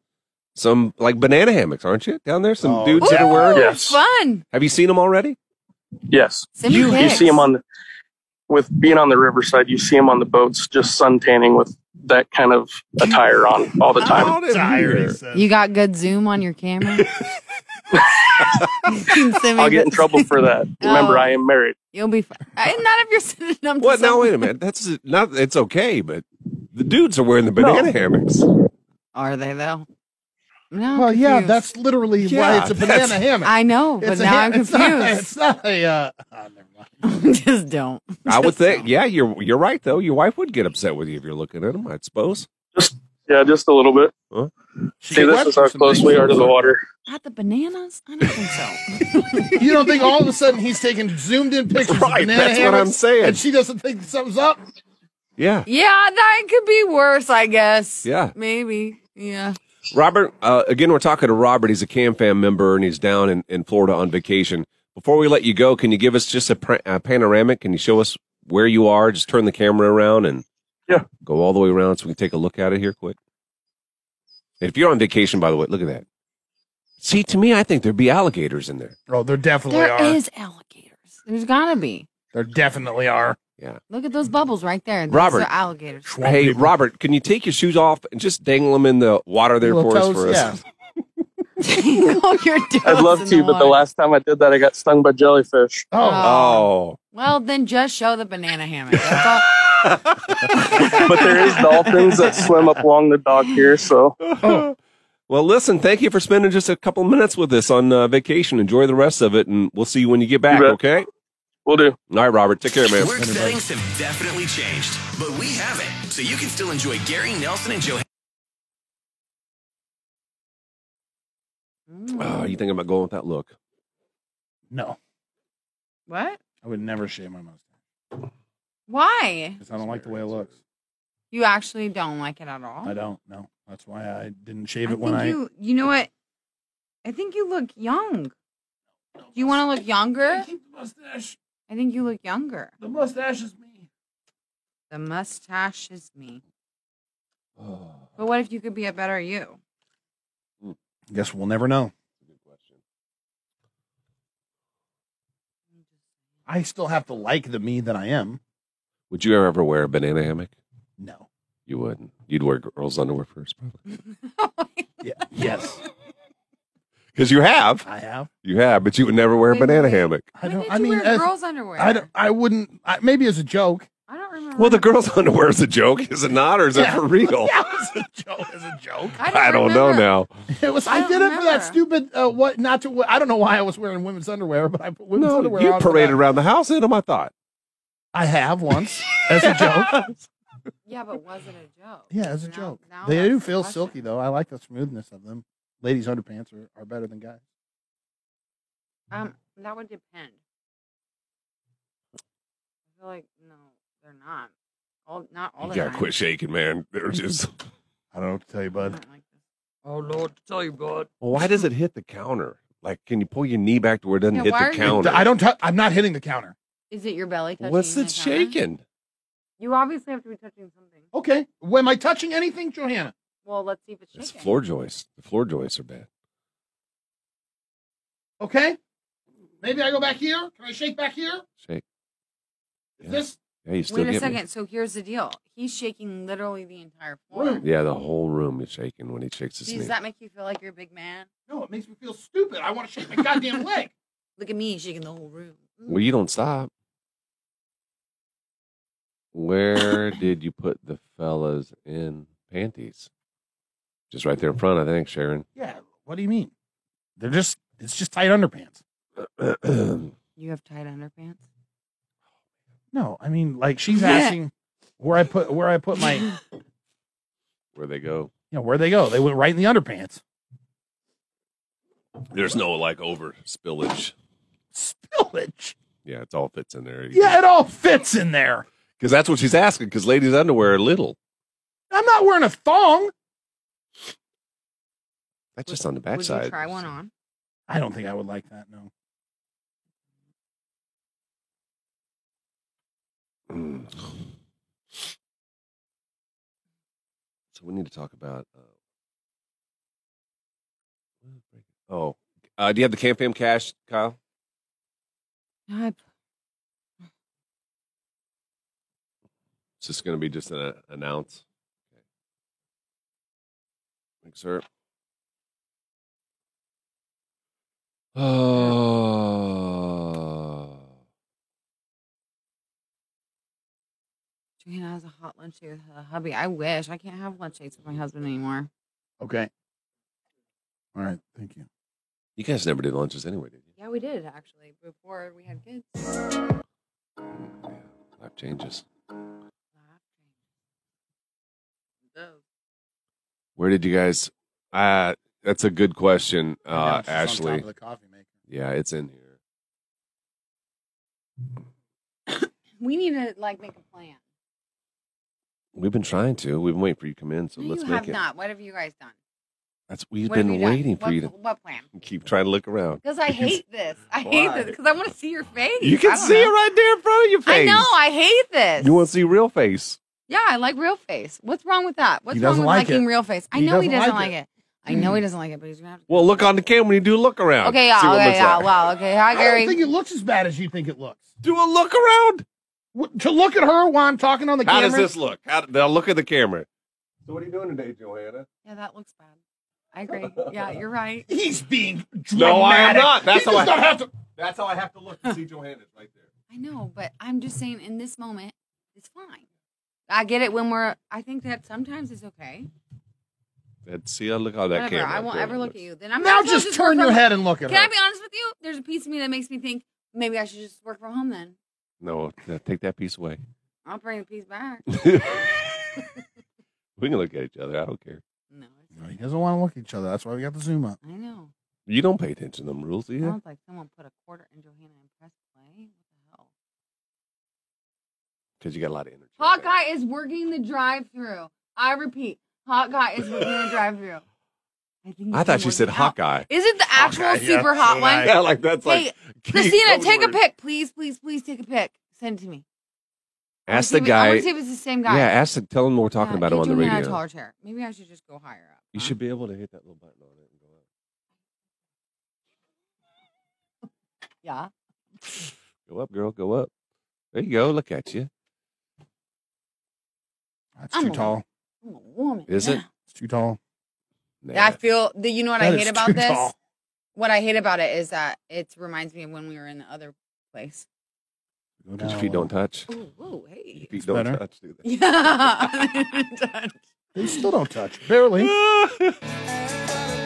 some like banana hammocks, aren't you? Down there, some
Oh,
dudes that are
Ooh,
wearing.
Yes.
fun.
Have you seen them already?
Yes,
Send me
you
pics.
see them on. with being on the riverside, you see them on the boats just sun tanning with that kind of attire on all the
Oh,
time.
Tired.
You got good zoom on your camera?
I'll get in trouble for that. Remember,
Oh.
I am married.
You'll be fine. And not if you're sending them to
What? Now
some-
wait a minute. That's not. It's okay, but the dudes are wearing the banana hammocks.
Are they though? No.
Well, yeah,
confused.
that's literally why
Yeah,
it's a banana
that's-
hammock.
I know, but
It's a
now
ha-
I'm
it's not-
confused.
It's not a. Uh, oh, never mind.
Just don't.
I would think. Yeah, you're you're right though. Your wife would get upset with you if you're looking at them. I suppose.
Yeah, just a little bit.
Huh?
See, this is how close we are to the water.
Not the bananas? I don't think so.
You don't think all of a sudden he's taking zoomed in pictures
Right,
of banana
that's what
hammocks
I'm saying.
And she doesn't think something's up.
Yeah,
yeah, that could be worse, I guess.
yeah.
Maybe. Yeah.
Robert. Uh, again, we're talking to Robert. He's a Cam Fam member and he's down in, in Florida on vacation. Before we let you go, can you give us just a, pra- a panoramic? Can you show us where you are? Just turn the camera around and
Yeah.
go all the way around so we can take a look at it here quick. And if you're on vacation, by the way, look at that. See, to me, I think there'd be alligators in there.
Oh, there definitely
There
are.
is alligators. There's gotta be.
There definitely are.
Look at those bubbles right there. Those
Robert.
are alligators.
Hey, Robert, can you take your shoes off and just dangle them in the water there
Little
for us?
toes,
For us?
yeah.
Tangle your
I'd
toes
love
in
to, but the
water.
last time I did that, I got stung by jellyfish.
Oh,
Oh,
Well, then just show the banana hammock. That's all.
But there is dolphins that swim up along the dock here, so
well, listen, thank you for spending just a couple minutes with us on uh, vacation. Enjoy the rest of it, and we'll see you when you get back,
bet.
okay?
we'll do.
All right, Robert, take care, man.
Work settings have definitely changed, but we haven't. So you can still enjoy Gary Nelson and Joe.
Oh, you think I'm going with that look?
no.
What?
I would never shave my mustache
Why?
because I don't like the way it looks.
You actually don't like it at all?
I don't know. That's why I didn't shave
I
it when
think
I.
you you know what? I think you look young. Do you want to look younger?
Keep the mustache.
I think you look younger.
The mustache is me.
The mustache is me. But what if you could be a better you?
Guess we'll never know. I still have to like the me that I am.
Would you ever wear a banana hammock?
No.
You wouldn't. You'd wear girls' underwear first, probably.
Yeah. Yes,
Because you have,
I have.
you have, but you would never wear a
Wait,
banana
wait.
hammock.
I
When
don't.
did
I
you
mean,
wear
as-
girls' underwear?
I don't, I wouldn't. I, maybe as a joke.
I don't remember.
Well, the girls' underwear is a joke, is it not, or is it
Yeah.
for real?
Yeah, as a joke. As a joke.
I don't know
remember.
now.
It was. I,
I
did
don't
it for that
remember.
stupid. Uh, what? Not to. I don't know why I was wearing women's underwear, but I put women's
No,
underwear.
you
on for
paraded
that.
around the house in them. I thought.
I have once as a joke.
Yeah, but was it a joke?
Yeah, as a
Now-
joke.
now
They
that's
do
the
feel
question.
silky though. I like the smoothness of them. Ladies' underpants are, are better than guys.
Um, that would depend. I feel like no, they're not. All not all
You
the
gotta
time.
quit shaking, man. They're just.
I don't know what to tell you,
I
bud.
don't like this.
Well, why does it hit the counter? Like, can you pull your knee back to where it doesn't
Yeah,
hit
why are
the
you-
counter?
I don't. i I'm not hitting the counter.
Is it your belly touching?
What's
the
it
counter?
shaking?
You obviously have to be touching something.
Okay. Well, am I touching anything, Johanna?
Well, let's see if it's shaking.
It's floor joists. The floor joists are bad.
Okay. Maybe I go back here. Can I shake back here?
Shake.
Is
Yeah.
this
Yeah, you still
Wait
get
a
me.
second. So here's the deal. He's shaking literally the entire floor.
room?
Yeah, the whole room is shaking when he shakes his knee.
Does that make you feel like you're a big man?
No, it makes me feel stupid. I want to shake my goddamn leg.
Look at me shaking the whole room.
well, you don't stop. Where did you put the fellas in panties? Just right there in front, I think, Sharon.
Yeah. What do you mean? They're just. It's just tight underpants.
You have tight underpants.
No, I mean like she's
Yeah.
asking where I put where I put my you
where they go?
know where they go. They went right in the underpants.
There's no like over spillage.
Spillage.
Yeah, it all fits in there.
Yeah, it all fits in there.
because that's what she's asking. Because ladies' underwear are little.
I'm not wearing a thong.
That's just on the
Would
backside.
you try one on?
I don't think I would like that. No.
Mm. So we need to talk about. Uh, oh, uh, do you have the Cam Fam cash, Kyle?
No, I-
It's just going to be just an an ounce. Thanks, sir. Oh.
Joanna has a hot lunch date with her hubby. I wish I can't have lunch dates with my husband anymore.
Okay. All right. Thank you.
You guys never did lunches anyway, did you?
Yeah, we did actually before we had kids.
Yeah. Life changes. Where did you guys? Uh, that's a good question,
Yeah,
uh,
it's just on top
Ashley.
of the coffee maker.
Yeah, it's in here.
We need to like make a plan.
We've been trying to. We've been waiting for you to come in, so
No,
let's
you
make
have
it.
not. What have you guys done?
That's we've
What have
been
you done?
waiting for
What-
you to
What plan?
keep trying to look around.
Because I hate this. I hate
Why?
this because I want to see your face.
You can see it right there in front of your
I
face.
know. I hate this.
You want to see real face?
yeah, I like real face. What's wrong with that? What's
He
wrong
doesn't
with
like
liking
it.
real face? I
He
know he
doesn't
doesn't
like
like it. I
Mm.
know he doesn't like it, but he's gonna have to.
Well, look on the camera when you do a look around.
Okay, yeah,
See what it
okay,
looks
yeah,
like.
wow, okay. Hi,
I don't
Gary.
think it looks as bad as you think it looks.
Do a look around.
What- To look at her while I'm talking on the
How
camera.
does this look? How now look at the camera. So what are you doing today, Joanna?
Yeah, that looks bad. I agree. Yeah, you're right.
He's being dramatic.
No, I am not. That's
he
how I
does not have to.
That's how I have to look to see Johanna's right there.
I know, but I'm just saying in this moment, it's fine. I get it when we're. I think that sometimes it's okay.
That's, see, I look on that
Whatever.
camera.
I won't
Joanna
ever look
looks-
at you. Then I'm
Now just turn your head and look at
Can I
her.
be honest with you? There's a piece of me that makes me think maybe I should just work from home then.
No, uh, take that piece away.
I'll bring the piece back.
we can look at each other. I don't care.
No,
No, he doesn't want to look at each other. That's why we got the zoom up.
I know.
You don't pay attention to them rules, do you?
Sounds like someone put a quarter in Johanna and press play. What
Because you got a lot of energy.
the hell? Hot guy is working the drive-through. I repeat, hot guy is working the drive-through. I think.
I
he's
thought you said
working
hot
out.
guy.
Is it the actual
Hawkeye, yeah,
super hot
so
one?
I-
Yeah, like that's
Hey,
like key
Christina,
code
take a
word.
pic, please, please, please take a pic. Send it to me. I wanna
Ask
see
the
if we- I
guy.
want to see if it's the same guy.
Yeah, ask. The, tell him we're talking
Yeah,
about
you
him on the
threw me in a
radio.
taller chair. Maybe I should just go higher up.
You
huh?
should be able to hit that little button on it and go up.
Yeah.
Go up, girl. Go up. There you go. Look at you.
That's
I'm
too
a-
tall.
I'm a woman.
Is it?
It's too tall.
Nah.
I feel that you know what
That
I
is
hate
too
about this.
tall.
What I hate about it is that it reminds me of when we were in the other place.
Because your feet don't touch.
Ooh, ooh,
Your
Oh, hey.
feet
It's
don't
better.
touch. Do
Yeah.
They still don't touch. Barely. Oh,
they?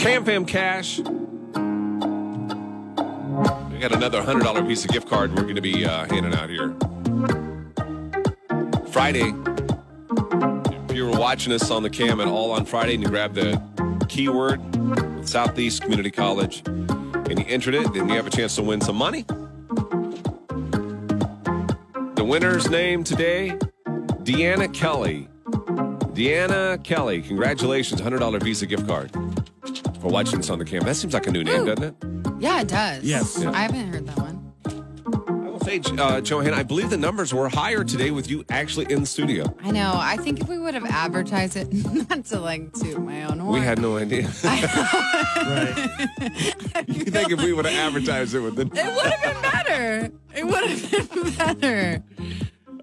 Cam Fam Cash. We got another $100 piece of gift card we're going to be uh, handing out here. Friday. If you were watching us on the cam at all on Friday and you grabbed the keyword Southeast Community College and you entered it, then you have a chance to win some money. The winner's name today, Deanna Kelly. Deanna Kelly, congratulations, $100 Visa gift card for watching this on the cam. That seems like a new name,
Ooh.
doesn't it?
yeah, it does.
Yes.
I haven't heard that one.
I will say, uh, Johan, I believe the numbers were higher today with you actually in the studio.
I know. I think if we would have advertised it, not to like toot my own horn.
We had no idea.
Right.
you think if we would have advertised it with the
It would have been better. It would have been better.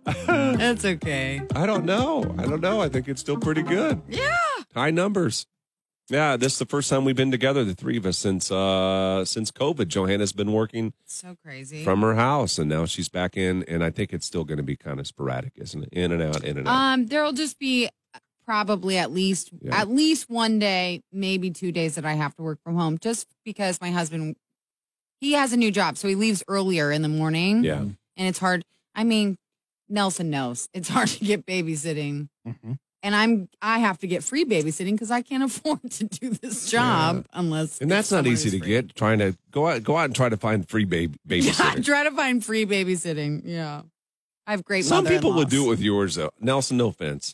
That's okay.
I don't know. I don't know. I think it's still pretty good.
Yeah.
High numbers. Yeah, this is the first time we've been together, the three of us, since uh since COVID. Johanna's been working
So crazy.
from her house and now she's back in and I think it's still gonna be kind of sporadic, isn't it? In and out, in and out.
um, there'll just be probably at least
Yeah.
at least one day, maybe two days that I have to work from home, just because my husband he has a new job, so he leaves earlier in the morning.
yeah.
and it's hard. I mean, Nelson knows it's hard to get babysitting
Mm-hmm.
Mhm.
and I'm I have to get free babysitting because I can't afford to do this job unless
And that's not
someone
easy
is
to
free.
get. Trying to go out, go out and try to find free baby
Yeah,
babysitter.
try to find free babysitting. Yeah, I have great.
Some people would
mother-in-laws.
do it with yours though. Nelson, no offense.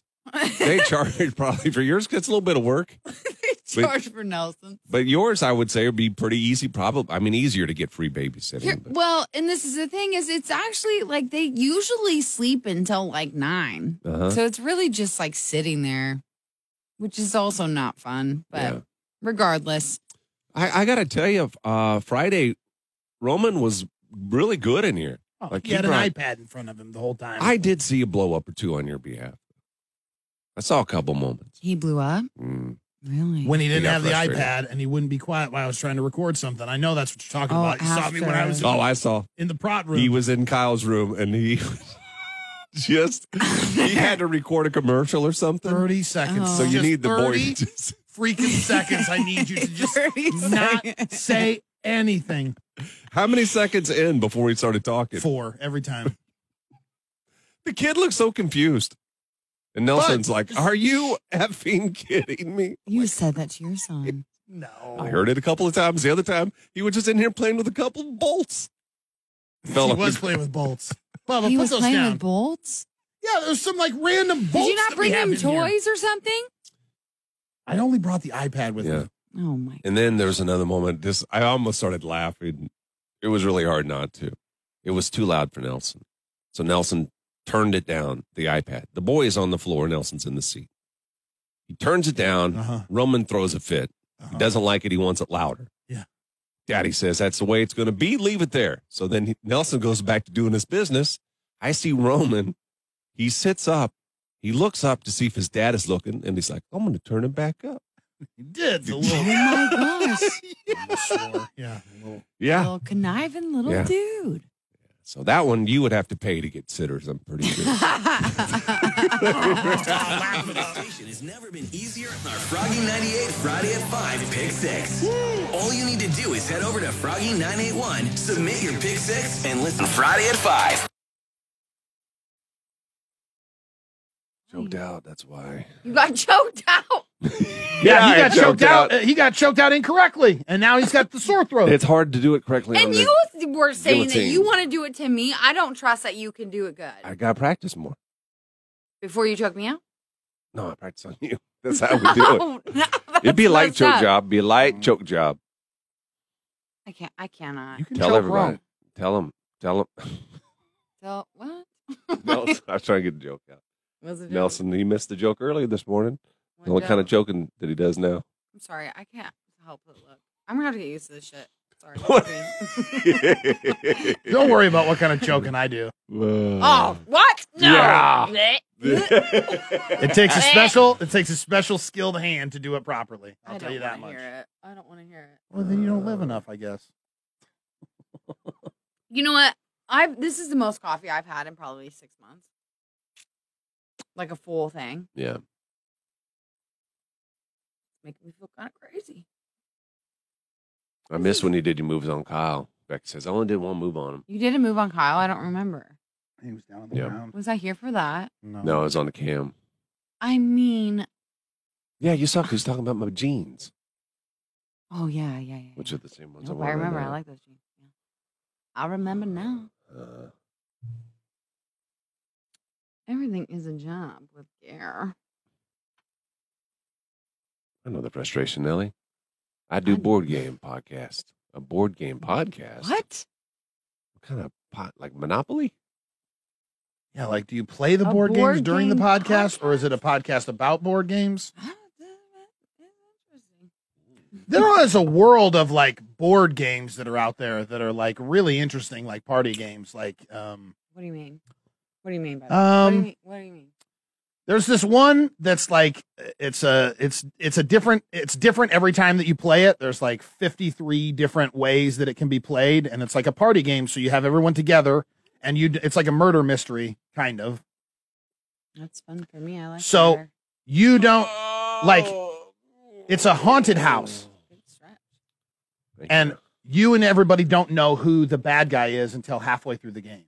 They charge probably for yours. Gets a little bit of work,
they charge for Nelson.
but yours, I would say, would be pretty easy. Probably, I mean, easier to get free babysitting.
Here-
but-
well, and this is the thing is it's actually like they usually sleep until like 9
Uh-huh.
So it's really just like sitting there, which is also not fun. But
Yeah.
regardless,
I, I got to tell you, uh, Friday, Roman was really good in here.
Oh,
Like,
he
he
had an
brought-
iPad in front of him the whole time.
I did see a blow up or two on your behalf. I saw a couple moments.
he blew up.
Mm.
Really?
when he didn't
got
have the
frustrated.
iPad and he wouldn't be quiet while I was trying to record something. I know that's what you're talking
Oh,
about. You saw me when I was
after.
Oh, I saw.
in the prop room.
He was in Kyle's room and he just he had to record a commercial or something.
30
Oh.
seconds.
So you
Just
need the boy.
30
to just-
freaking seconds. I need you to just
30
not
seconds.
say anything
How many seconds in before we started talking?
for every time.
The kid looks so confused. And Nelson's like, "Are you effing kidding me?"
you said that to your son.
No.
I heard it a couple of times. The other time, he was just in here playing with a couple of bolts. Fell
He
off
was
his-
playing with bolts. Bubba,
he
put
was
those
playing
down.
with bolts.
yeah, there's some like random bolts.
Did you not
that we
bring
have
him
in here.
toys or something?
I only brought the iPad with
Yeah.
me.
Oh my!
And then there's another moment. This I almost started laughing. It was really hard not to. It was too loud for Nelson. So Nelson turned it down, the iPad. The boy is on the floor, Nelson's in the seat. He turns it down.
Uh-huh.
Roman throws a fit. He doesn't like it. He wants it louder.
Yeah.
Daddy says that's the way it's going to be. Leave it there. So then he, Nelson goes back to doing his business. I see Roman. He sits up. He looks up to see if his dad is looking, and he's like, "I'm going to turn it back up."
He did. The
Oh
little,
my gosh!
yeah. the little-
Yeah.
Little conniving little
Yeah.
dude.
So that one you would have to pay to get sitters. I'm pretty sure.
Station has never been easier. Our Froggy 98 Friday at 5 Pick 6. All you need to do is head over to Froggy 981, submit your Pick 6, and listen Friday at 5.
Choked out. That's why.
you got choked out.
Yeah,
I
he got
choked
choked out.
out.
uh, He got choked out incorrectly, and now he's got the sore throat.
It's hard to do it correctly. on
And
the-
you were saying that
guillotine.
you want to do it to me. I don't trust that you can do it good.
I got to practice more.
Before you choke me out?
No, I practice on you. That's how we do it.
Oh, no,
It'd be a
that's
light
messed
choke
up. Mm.
job. Be a light choke job.
I can't. I cannot.
You can
Tell
choke
everybody.
wrong.
Tell them. Tell
So what?
them. Nelson, I was trying to get a joke out.
Was it
Nelson, he missed the joke earlier this morning.
What
The only kind of
joke?
joking that he does now.
I'm sorry. I can't help it. Look, I'm gonna have to get used to this shit. Sorry.
What?
Don't worry about what kind of choking I do.
oh, what? No.
Yeah.
Blech.
It takes
Eh.
a special. It takes a special skilled hand to do it properly. I'll
I
tell
don't
you that
wanna
much.
Hear it. I don't want to hear it.
Well, then you don't live enough, I guess.
You know what? I have this is the most coffee I've had in probably six months. Like a full thing,
yeah.
making me feel kind of crazy.
I miss when he did your moves on Kyle. Beck says, I only did one move on him.
You did a move on Kyle. I don't remember.
He was down on
the Yeah.
ground.
Was I here for that?
No, it was on the cam.
I mean,
Yeah, you suck. He's talking about my jeans,
oh yeah, yeah, yeah.
which
yeah.
are the same ones.
Nope,
wore
I
right
remember. I
now.
like those jeans. Yeah. I remember now.
Uh,
Everything is a job with Gare.
I know the frustration, Ellie. I do
I-
board game podcast. A board game podcast.
What?
What kind of pot? Like Monopoly?
Yeah, like, do you play the
A
board,
board
games during the
game
podcast, or is
podcast?
it a podcast about board games?
Ah, that- that's interesting.
There is a world of like board games that are out there that are like really interesting, like party games. Like, um,
What do you mean? What do you mean by that? what, do you
um,
mean? what do you mean?
there's this one that's like it's a it's it's a different it's different every time that you play it. There's like 53 different ways that it can be played, and it's like a party game. So you have everyone together, and you d- it's like a murder mystery kind of.
That's fun for me. I like
So-
Gare.
You don't like. It's a haunted house.
Good stretch.
Thank
and
you.
you and everybody don't know who the bad guy is until halfway through the game.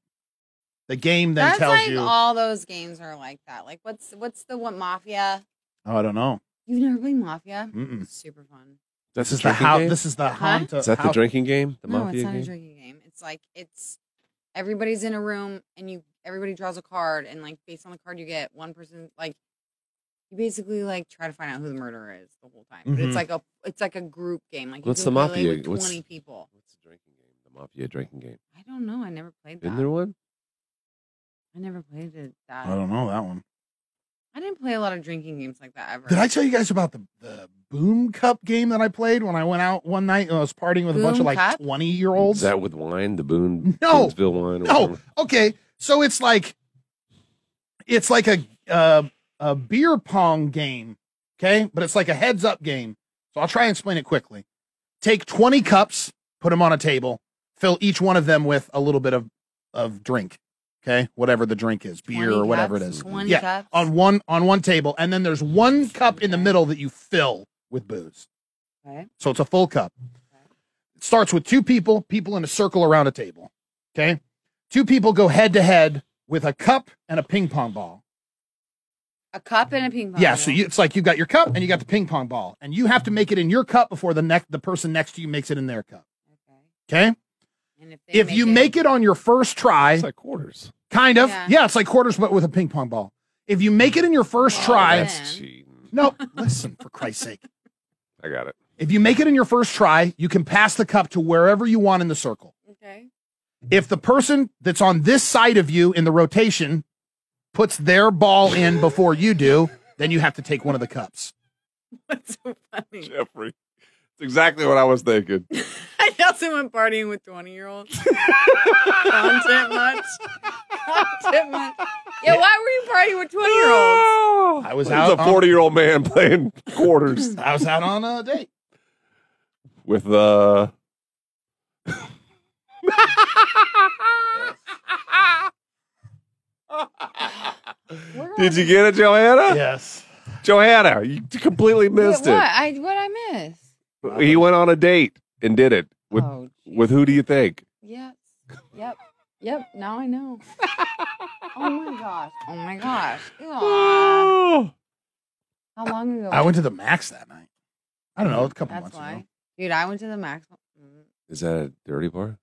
The game then
That's
tells
like
you.
all those games are like that. Like what's what's the what mafia?
Oh, I don't know.
You've never played mafia?
Mm-mm.
Super fun.
That's
This is
just
the
the
how.
house.
This is the
Huh?
Honda.
Is that the
how-
drinking game? The
no, it's
mafia
not a
game?
drinking game. It's like it's everybody's in a room and you everybody draws a card and like based on the card you get one person like you basically like try to find out who the murderer is the whole time. But
Mhm.
it's like a it's like a group game. Like you
What's
can play,
the
like,
mafia-
with
what's-
Twenty people.
What's the drinking game? The mafia drinking game.
I don't know. I never played
Isn't
that.
there one?
I never played it that.
I don't know that one.
I didn't play a lot of drinking games like that ever.
Did I tell you guys about the, the Boom Cup game that I played when I went out one night and I was partying with a bunch
Boom
of like
Cup?
20 year
Is
olds?
that with wine? The Boone
No.
Boonesville wine? or
No.
whatever?
Okay. So it's like, it's like a, uh, a beer pong game. Okay. But it's like a heads up game. So I'll try and explain it quickly. Take 20 cups, put them on a table, fill each one of them with a little bit of, of drink. Okay. Whatever the drink is, beer
20
or whatever it
cups?
is.
20
yeah.
cups?
On one, on one table. And then there's one cup in the middle that you fill with booze.
Okay.
So it's a full cup. It starts with two people, people in a circle around a table. Okay. Two people go head to head with a cup and a ping pong ball.
A cup and a ping pong.
Oh, yeah. So
ball.
you, it's like you've got your cup and you got the ping pong ball, and you have to make it in your cup before the next the person next to you makes it in their cup.
Okay.
Okay.
And if, they
If you make it on your first try,
It's like quarters.
kind of, yeah.
Yeah.
it's like quarters, but with a ping pong ball. If you make it in your first
Oh,
try,
that's-
It's cheating.
no, listen for Christ's sake.
I got it.
If you make it in your first try, you can pass the cup to wherever you want in the circle.
okay,
if the person that's on this side of you in the rotation puts their ball in before you do, then you have to take one of the cups.
what's so funny?
Jeffrey. It's exactly what I was thinking.
I also went partying with twenty year olds. Content much? Content much? Yeah. Why were you partying with twenty year olds?
I was
It's
out
Ah! a
on-
40 year old man playing quarters
I was out on a date.
with uh Did you get it, Johanna?
Yes.
Johanna, you completely missed
What? I what I miss?
it. He went on a date and did it with
oh, geez.
with who do you think?
Yes. Yep. Yep. Now I know. oh my gosh. Oh my gosh. Aw.
Oh,
How long ago?
I went to the max that night. I don't know, a couple
That's
months
why,
ago.
dude. I went to the Max. mm,
is that a dirty bar?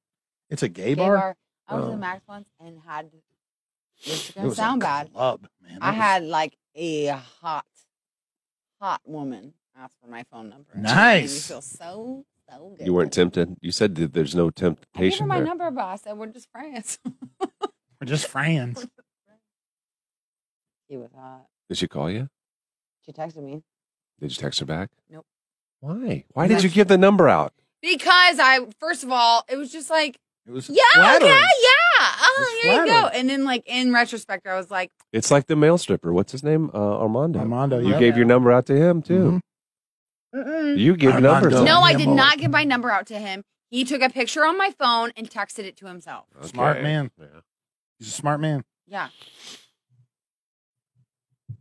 It's a gay,
gay
bar.
bar. I went to
Oh.
the Max once and had. This is
It
gonna
was a
sound bad.
Club, man.
I
It was-
had like a hot, hot woman ask for my phone number. It made me
Nice.
feel so so good.
You weren't tempted. You said that there's no
I gave her
temptation
my
there.
number, but I said we're just friends.
We're just friends.
he was hot.
Did she call you?
She texted me.
Did you text her back?
Nope.
Why? Why did
Because-
you give the number out?
Because I, first of all, it was just like,
It was
yeah,
flattering.
okay, yeah. Oh,
It's
there you go.
flattering.
And then, like, in retrospect, I was like,
It's like the mail stripper. What's his name? Uh, Armando.
Armando,
You
yeah.
gave your number out to him too.
Mm-mm.
You give
Mm-hmm. Armando.
numbers. out.
no, I did
Rambo.
not give my number out to him. He took a picture on my phone and texted it to himself.
Okay.
Smart man.
Yeah.
He's a smart man.
Yeah.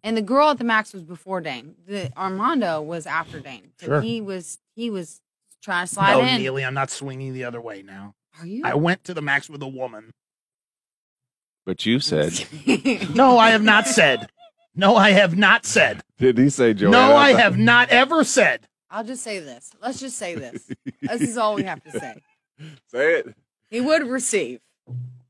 And the girl at the max was before Dane. The Armando was after Dane. So
Sure.
he was he was trying to slide
no,
in.
Neely, I'm not swinging the other way now.
Are you?
I went to the max with a woman.
But you said,
No, I have not said. No, I have not said.
did he say Joanna?
No, I have not ever said.
I'll just say this. Let's just say this. this is all we have to say.
Say it.
He would receive.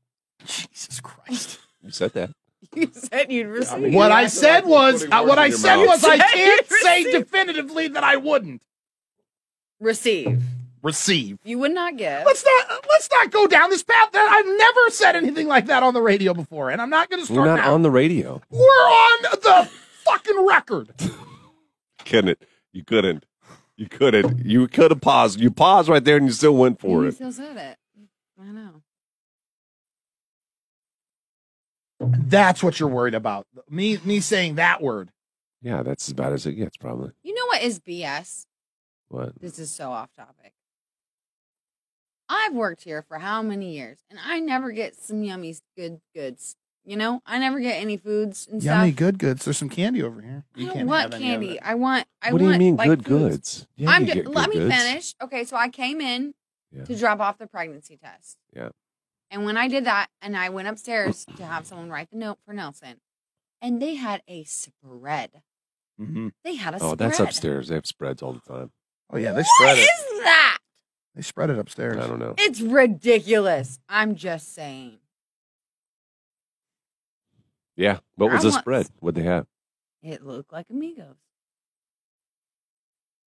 Jesus Christ.
You said that.
You said you'd receive.
What I
acted
said
like you're
was,
putting
uh,
words
what
in
I
your
said
mouth.
was, I
You said
can't
you
say
received-
definitively that I wouldn't
receive.
receive.
You would not give.
Let's not let's not go down this path. That I've never said anything like that on the radio before, and I'm not going to
We're
start.
not
now.
on the radio.
We're on the fucking record.
Couldn't. You couldn't. You couldn't. You could have paused. You paused right there, and you still went for
he
it.
still said it. I know.
That's what you're worried about. Me me saying that word.
Yeah, that's as bad as it gets, probably.
You know what is BS?
What?
This is so off topic. I've worked here for how many years, and I never get some yummy good goods. You know, I never get any foods and
Yummy
stuff.
good goods. There's some candy over here.
I don't want
have any of
candy.
it.
I want. I
what do
want,
you mean,
like,
good
foods.
goods? Yeah,
I'm
you
just,
get
let
good
me
goods.
finish. Okay, so I came in
Yeah.
to drop off the pregnancy test.
Yeah.
And when I did that, and I went upstairs to have someone write the note for Nelson, and they had a spread.
Mm-hmm.
They had a
Oh,
spread.
that's upstairs. They have spreads all the time.
Oh yeah, they
What
spread it.
is that?
They spread it
I
upstairs.
don't know.
It's ridiculous. I'm just saying.
Yeah. What was
I
the
want-
spread? What they have?
It looked like amigos.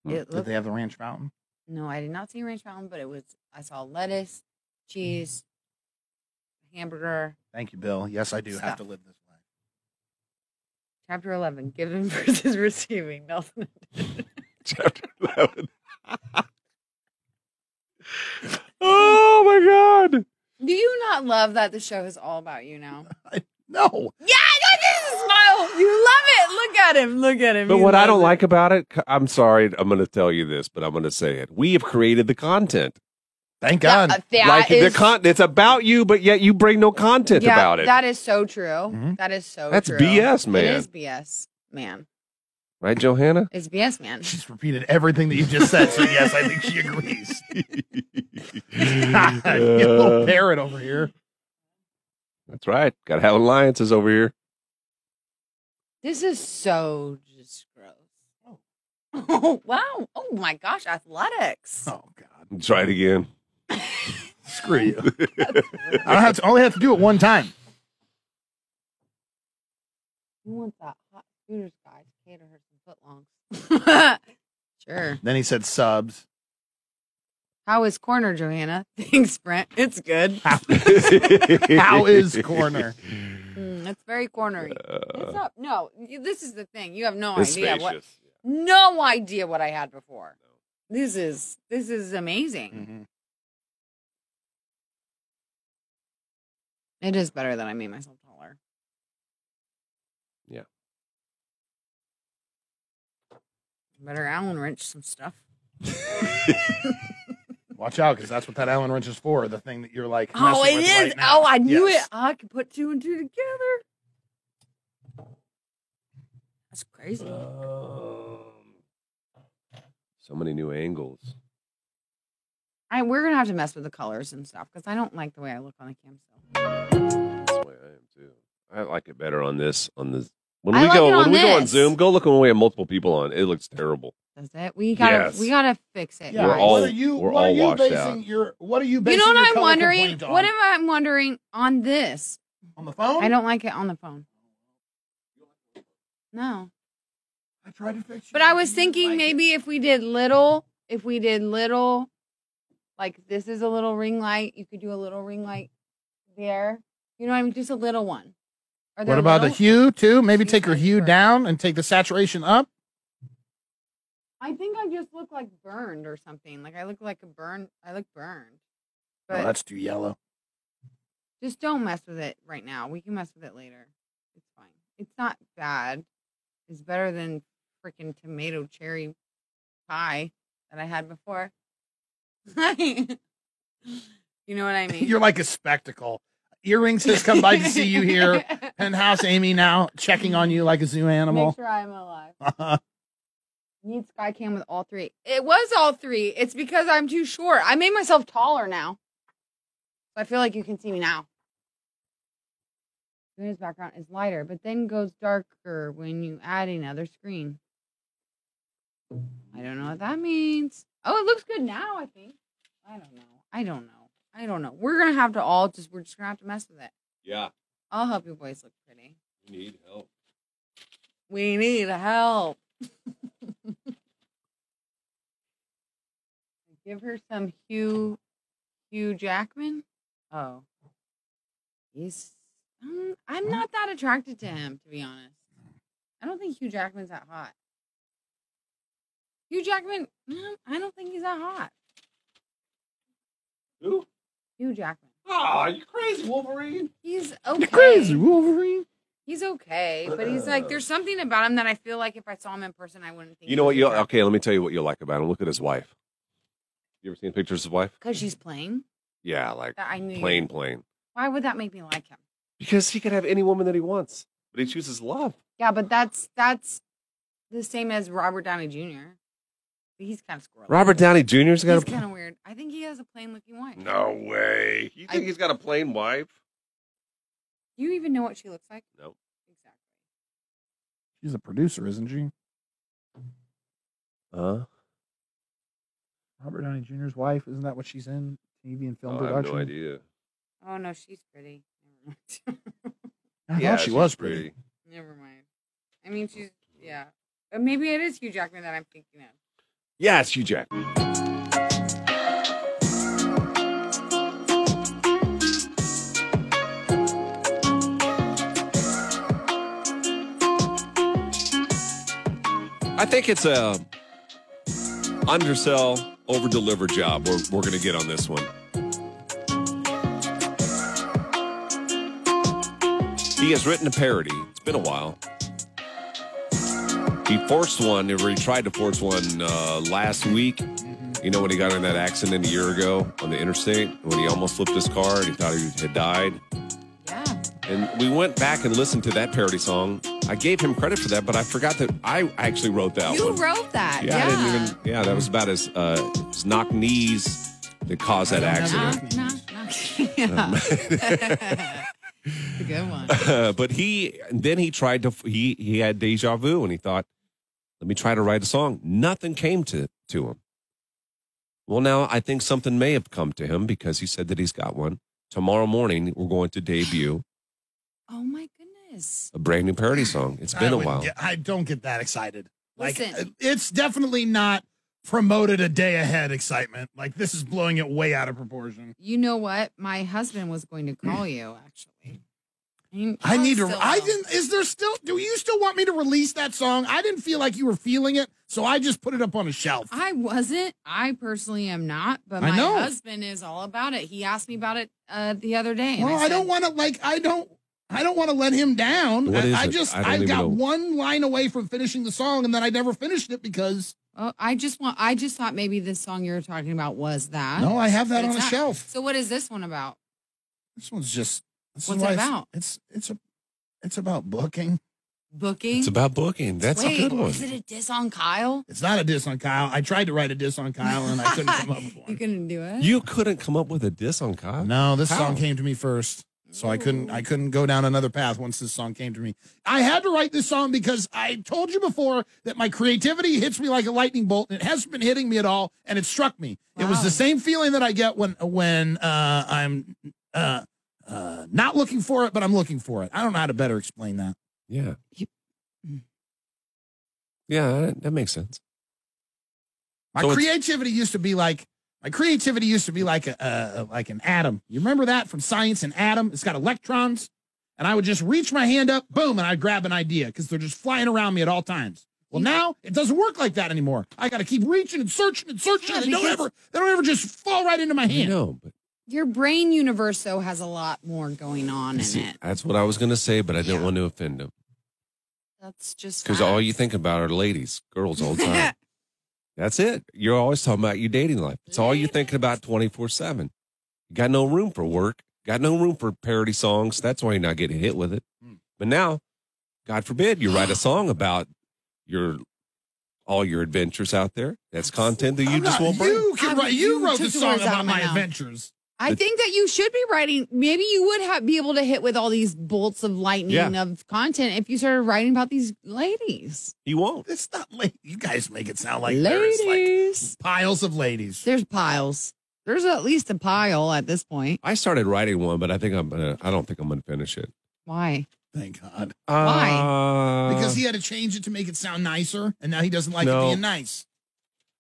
Hmm.
It
Did
looked
they have the ranch fountain?
No, I did not see ranch fountain, but it was I saw lettuce,
Mm-hmm.
cheese, hamburger.
Thank you, Bill. Yes, I do have
Stuff.
to live this way.
Chapter eleven: Giving versus receiving. Nelson.
Chapter eleven. oh my god.
Do you not love that the show is all about you now?
No,
yeah, I got this smile. You love it. Look at him. Look at him.
But
You
what I
love
don't
it.
like about it, I'm sorry, I'm going to tell you this, but I'm going to say it. We have created the content.
thank
That-
God.
uh, that
like
is-
the con- it's about you, but yet you bring no content
yeah,
about it. Mm-hmm.
That is so true.
Mhm.
That is so.
That's
true.
BS, man.
It is BS, man.
right, Johanna?
It's BS, man.
She's repeated everything that you just said, so yes, I think she agrees. God, you little
Uh,
parrot over here.
that's right. Got to have alliances over here.
This is so just gross. Oh wow! Oh my gosh, athletics.
Oh God,
Try it again.
screw you. I don't have to, only have to do it one time.
Who wants that hot scooters guy to cater her some footlongs? sure.
Then he said subs.
How is corner, Johanna? Thanks, Brent. It's good.
How is corner?
Mm, it's very cornery. It's up. No, you- this is the thing. You have no
Uh, It's
idea
spacious.
what. No idea what I had before. This is this is amazing.
Mhm.
It is better that I made myself taller.
Yeah.
Better Allen wrench some stuff.
Watch out, because that's what that Allen wrench is for. The thing that you're like.
Oh, it
messing with
is.
right now.
oh, I knew
Yes.
it. I could put two and two together. That's crazy.
So many new angles.
I we're gonna have to mess with the colors and stuff because I don't like the way I look on the cam. So
That's the way I am too. I like it better on this. On this. When
I
we
like
go,
it
when
on
we go on
this.
Zoom, go look when we have multiple people on. It looks terrible.
does it? We gotta
Yes.
we gotta fix it.
We're
guys.
all-
what are you,
we're
what are
all
you
washed
basing
out.
your what are you
you
basing
know
your
what I'm
color
wondering?
complaint on?
What am I I'm wondering on this?
on the phone.
I don't like it on the phone. No.
I tried to fix.
But
you.
I was
You
thinking
like it.
maybe if we did little, if we did little, like this is a little ring light, you could do a little ring light there. You know what I mean? Just a little one. Are
What about the
little?
hue too? Maybe
You
take your
might
hue
work.
down and take the saturation up.
Oh,
I think I just look like burned or something. Like I look like a burn. I look burned.
No,
Oh,
But
that's too yellow.
just don't mess with it right now. We can mess with it later. It's fine. It's not bad. It's better than freaking tomato cherry pie that I had before. you know what I mean?
You're like a spectacle. Earrings has come by to see you here. Penthouse Amy now checking on you like a zoo
Make
animal.
sure I'm alive.
Uh-huh.
Need sky cam with all three. It was all three. It's because I'm too short. I made myself taller now. I feel like you can see me now. Luna's background is lighter, but then goes darker when you add another screen. I don't know what that means. Oh, it looks good now, I think. I don't know. I don't know. I don't know. We're gonna have to all just we're just gonna have to mess with it.
Yeah,
I'll help you boys look pretty.
you need help.
We need help. Give her some Hugh Hugh Jackman. Oh, he's. Um, I'm not that attracted to him, to be honest. I don't think Hugh Jackman's that hot. Hugh Jackman, mm, I don't think he's that hot.
Who?
Hugh Jackman.
Ah, you crazy Wolverine.
He's okay.
Wolverine.
He's okay, but he's like there's something about him that I feel like if I saw him in person, I wouldn't think.
Uh. You know what? You okay? Let me tell you what you like about him. Look at his wife. You ever seen pictures of his wife?
Because she's plain.
Yeah, like
That I knew.
plain, plain.
Why would that make me like him?
Because he could have any woman that he wants, but he chooses love.
Yeah, but that's that's the same as Robert Downey Jr. But he's kind of squirrely.
Robert Downey Jr.'s got
He's
a.
kind of weird. I think he has a plain looking wife.
No way. You think
I-
he's got a plain wife?
Do you even know what she looks like?
Nope.
Exactly.
She's a producer, isn't she? Oh,
Huh?
Robert Downey Jr.'s wife, isn't that what she's in? TV and film
Oh, I have
production.
no idea.
Oh no, she's pretty. Never mind.
I thought she
she's
was pretty.
Never mind. I mean, she's yeah. But maybe it is Hugh Jackman that I'm thinking of.
Yeah, it's Hugh Jack. I think it's a undersell, over deliver job. We're, we're going to get on this one. He has written a parody. It's been a while. He forced one, or he tried to force one uh, last week. You know, when he got in that accident a year ago on the interstate, when he almost flipped his car and he thought he had died.
Yeah.
And we went back and listened to that parody song. I gave him credit for that, but I forgot that I actually wrote that
You
one.
wrote that.
Yeah,
Yeah.
I didn't even. Yeah, that was about his, uh, his knock knees that caused that accident.
Knock, knock, knock. Yeah. It's a good one.
Uh, but he then he tried to he he had deja vu and he thought, let me try to write a song. Nothing came to to him. Well, now I think something may have come to him because he said that he's got one. Tomorrow morning we're going to debut
Oh my goodness.
a brand new parody song. It's
I
been a
wouldn't
while.
get- I don't get that excited. Like uh,
Listen.
it's definitely not promoted a day ahead excitement. Like this is blowing it way out of proportion.
You know what? My husband was going to call you actually. You-
I need to.
still
I
will.
didn't. Is there still? Do you still want me to release that song? I didn't feel like you were feeling it, so I just put it up on a shelf.
I wasn't. I personally am not, but
I
my
know.
husband is all about it. He asked me about it uh, the other day. and
well, I,
said,
don't want to. Like I don't. I don't want to let him down.
What
I,
is
I
it?
just.
I don't
I,
even
got
know.
one line away from finishing the song, and then I never finished it because
Oh, I just want. I just thought maybe this song you were talking about was that.
no, I have that
But
on
it's not.
a shelf.
So what is this one about?
This one's just. This is
What's it
why it's-
about?
It's it's a. It's about booking.
Booking.
It's about booking. That's
Wait,
a good one.
is it a diss on Kyle?
It's not a diss on Kyle. I tried to write a diss on Kyle and I couldn't come up with
You
one.
couldn't do it.
You couldn't come up with a diss on Kyle.
No, this
How?
song came to me first. So I couldn't I couldn't go down another path once this song came to me. I had to write this song because I told you before that my creativity hits me like a lightning bolt and it hasn't been hitting me at all and it struck me. It was
Wow.
the same feeling that I get when when uh I'm uh uh not looking for it but I'm looking for it. I don't know how to better explain that.
Yeah. Yeah, that, that makes sense.
My
So it's-
creativity used to be like my creativity used to be like a, a, a- like an atom. You remember that from science and atom? It's got electrons, and I would just reach my hand up, boom, and I'd grab an idea because they're just flying around me at all times. Well, now it doesn't work like that anymore. I got to keep reaching and searching and searching.
Yeah,
and they don't
because-
ever they don't ever just fall right into my
I
hand.
know, but
Your brain universe though has a lot more going on in
see,
it.
that's what I was going to say, but I didn't want to offend him.
That's just
Because
fact.
all you think about are ladies, girls all the time. That's it. You're always talking about your dating life. It's all you're thinking about 24 7. You got no room for work, got no room for parody songs. That's why you're not getting hit with it.
Hmm.
But now, God forbid, you write a song about your all your adventures out there. That's content that you
I'm
just
not-
won't bring.
you can
I'm-
write. You
Um, you
wrote
took
the
the
song
words out
about
of my
my
mouth.
adventures.
I think that you should be writing. Maybe you would have be able to hit with all these bolts of lightning
Yeah.
of content if you started writing about these ladies.
you won't.
It's not like you guys make it sound like there's like piles of ladies.
There's piles. There's at least a pile at this point.
I started writing one, but I think I'm gonna. I don't think I'm gonna finish it.
Why?
Thank God,
Why?
because he had to change it to make it sound nicer, and now he doesn't like
Uh, No.
it being nice.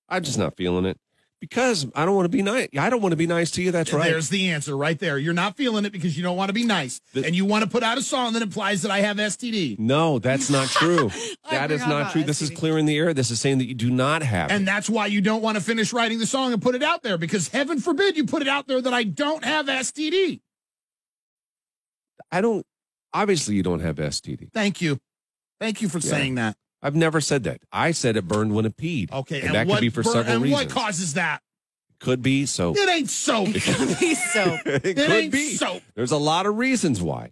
I'm just not feeling it because I don't want to be nice. I don't want to be nice to you. That's right.
There's the answer right there. You're not feeling it because you don't want to be nice,
Th-
and you want to put out a song that implies that I have STD,
no, that's not true.
I
that is
forgot
not
about
true. This is
STD.
clearing the air. This is saying that you do not have.
and
it.
that's why you don't want to finish writing the song and put it out there because heaven forbid you put it out there that I don't have STD.
I don't. Obviously, you don't have STD.
Thank you, thank you for
Yeah.
saying that.
I've never said that. I said it burned when it peed.
Okay,
and, that
what
could be for
bur-
several
and
reasons.
what causes that?
could be so.
It ain't soap.
It could be so.
it
it ain't
could be.
soap.
There's a lot of reasons why.